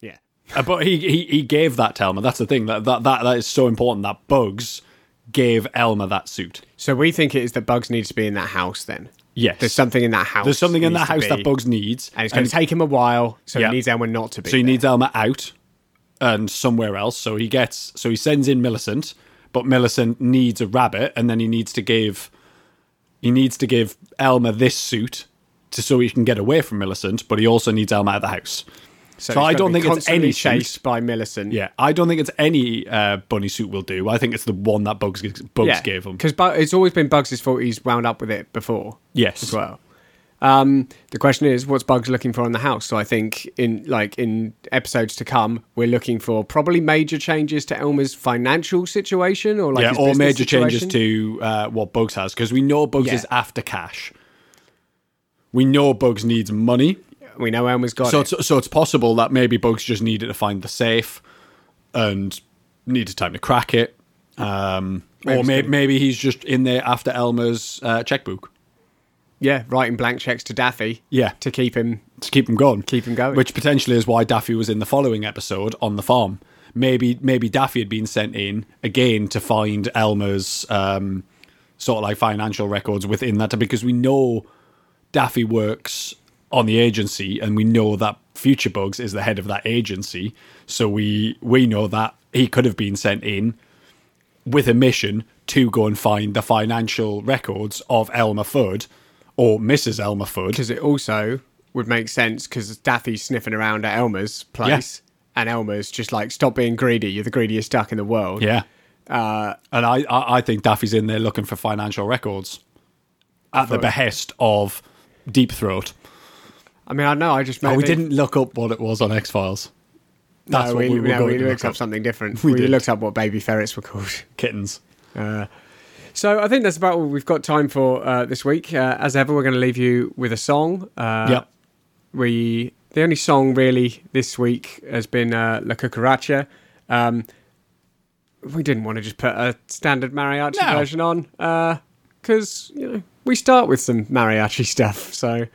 Speaker 2: Yeah.
Speaker 3: Uh, but he, he he gave that to Elmer. That's the thing. That, that that that is so important that Bugs gave Elmer that suit.
Speaker 2: So we think it is that Bugs needs to be in that house then.
Speaker 3: Yes.
Speaker 2: There's something in that house.
Speaker 3: There's something in that
Speaker 2: needs to
Speaker 3: house
Speaker 2: be,
Speaker 3: that Bugs needs.
Speaker 2: and it's going to take him a while. So
Speaker 3: Yeah.
Speaker 2: he needs Elmer not to be.
Speaker 3: so he
Speaker 2: there.
Speaker 3: needs Elmer out and somewhere else. So he gets so he sends in Millicent, but Millicent needs a rabbit, and then he needs to give he needs to give Elmer this suit to so he can get away from Millicent, but he also needs Elmer out of the house. So,
Speaker 2: he's
Speaker 3: I
Speaker 2: gotta
Speaker 3: don't
Speaker 2: be
Speaker 3: think it's
Speaker 2: constantly
Speaker 3: any
Speaker 2: chased
Speaker 3: suit.
Speaker 2: by Millicent.
Speaker 3: Yeah, I don't think it's any uh, bunny suit will do. I think it's the one that Bugs Bugs gave him.
Speaker 2: because Bu- it's always been Bugs' fault. He's wound up with it before as
Speaker 3: Yes,
Speaker 2: well. Um, the question is, what's Bugs looking for in the house? So I think in like in episodes to come, we're looking for probably major changes to Elmer's financial situation, or like
Speaker 3: yeah,
Speaker 2: his
Speaker 3: or
Speaker 2: business
Speaker 3: major changes
Speaker 2: situation.
Speaker 3: to uh, what Bugs has because we know Bugs
Speaker 2: Yeah.
Speaker 3: is after cash. We know Bugs needs money.
Speaker 2: We know Elmer's got
Speaker 3: So
Speaker 2: it.
Speaker 3: it's, so it's possible that maybe Bugs just needed to find the safe and needed time to crack it. Um,
Speaker 2: Maybe
Speaker 3: or
Speaker 2: it's
Speaker 3: may,
Speaker 2: gonna-
Speaker 3: maybe he's just in there after Elmer's uh, checkbook
Speaker 2: Yeah, writing blank checks to Daffy.
Speaker 3: Yeah.
Speaker 2: to keep him.
Speaker 3: to keep him going.
Speaker 2: Keep him going.
Speaker 3: Which potentially is why Daffy was in the following episode on the farm. Maybe maybe Daffy had been sent in again to find Elmer's um, sort of like financial records within that because we know Daffy works on the agency, and we know that Future Bugs is the head of that agency. So we we know that he could have been sent in with a mission to go and find the financial records of Elmer Fudd or Mrs. Elmer Fudd.
Speaker 2: because it also would make sense because Daffy's sniffing around at Elmer's place, and Elmer's just like, "Stop being greedy. You're the greediest duck in the world."
Speaker 3: Yeah.
Speaker 2: Uh,
Speaker 3: and I, I, I think Daffy's in there looking for financial records at the behest of Deep Throat.
Speaker 2: I mean, I know. I just
Speaker 3: Oh,
Speaker 2: maybe,
Speaker 3: we didn't look up what it was on X Files. That's
Speaker 2: no,
Speaker 3: what
Speaker 2: we,
Speaker 3: we, were
Speaker 2: no,
Speaker 3: going
Speaker 2: we
Speaker 3: to
Speaker 2: looked
Speaker 3: look
Speaker 2: up
Speaker 3: up.
Speaker 2: something different.
Speaker 3: We
Speaker 2: We,
Speaker 3: did.
Speaker 2: looked up what baby ferrets were called.
Speaker 3: Kittens.
Speaker 2: Uh, so I think that's about all we've got time for uh, this week. Uh, as ever, we're going to leave you with a song. Uh,
Speaker 3: yep.
Speaker 2: We the only song really this week has been uh, La Cucaracha. Um, we didn't want to just put a standard mariachi
Speaker 3: No.
Speaker 2: version on because you know we start with some mariachi stuff. So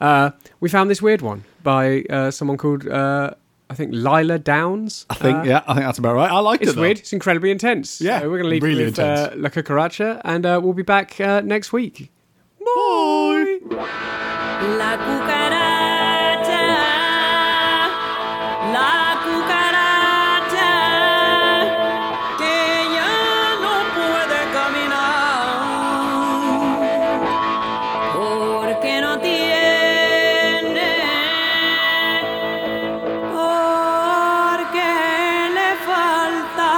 Speaker 2: uh, we found this weird one by uh, someone called uh, I think Lila Downs.
Speaker 3: I think, yeah, I think that's about right. I liked
Speaker 2: uh, It's
Speaker 3: it. though.
Speaker 2: weird. It's incredibly intense.
Speaker 3: Yeah,
Speaker 2: So we're going to leave
Speaker 3: really
Speaker 2: you with uh,
Speaker 3: intense.
Speaker 2: La Cucaracha, and uh, we'll be back uh, next week. Bye.
Speaker 4: La cucaracha, la cucaracha, que ya no puede caminar, porque no tiene, porque le falta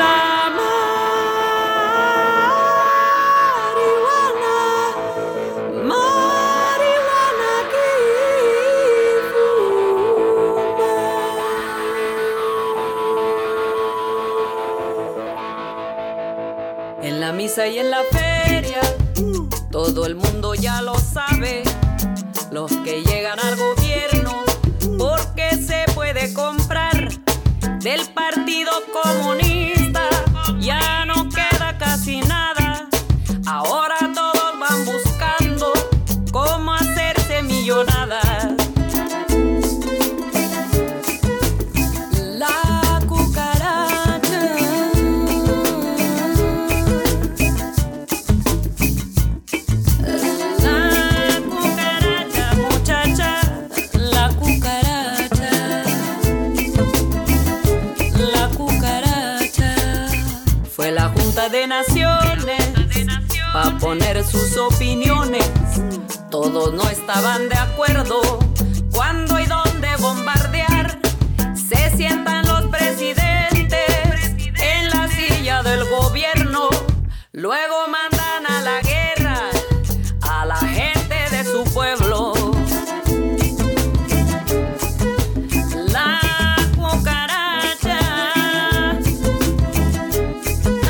Speaker 4: la marihuana, marihuana que fuma. En la misa y en la feria, todo el mundo ya lo sabe. Los que llegan al gobierno, porque se puede comprar del Partido Comunista ya no queda casi nada. Ahora todos van buscando cómo hacerse millonadas. La cucaracha. La cucaracha, muchacha, la cucaracha. La cucaracha fue la Junta de Naciones para poner sus opiniones. Todos no estaban de acuerdo cuándo y dónde bombardear. Se sientan los presidentes en la silla del gobierno. Luego mandan a la guerra a la gente de su pueblo. La cucaracha,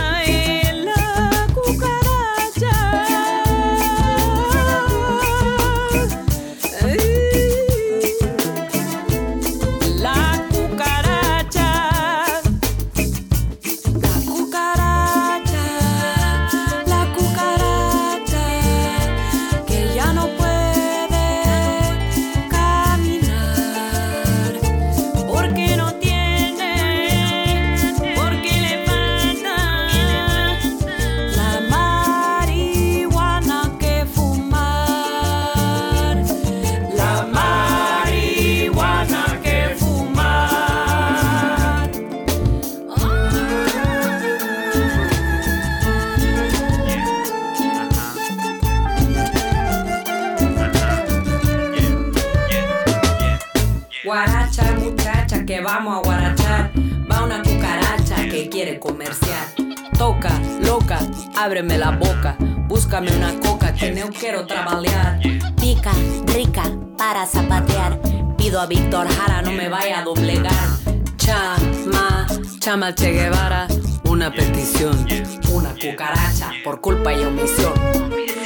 Speaker 4: ay la cucaracha, Ay, la cucaracha, la cucaracha, la cucaracha que ya no puede caminar. Porque no tiene, porque le falta la marihuana que fumar, la marihuana que fumar. Guaracha, muchacha, que vamos a guarachar. Va una cucaracha que quiere comerciar. Toca, loca, ábreme la boca. Búscame una coca que no quiero trabajar.
Speaker 5: Pica, rica, para zapatear.
Speaker 4: Pido a Víctor Jara no me vaya a doblegar. Chama, chama Che Guevara. Una petición, una cucaracha por culpa y omisión.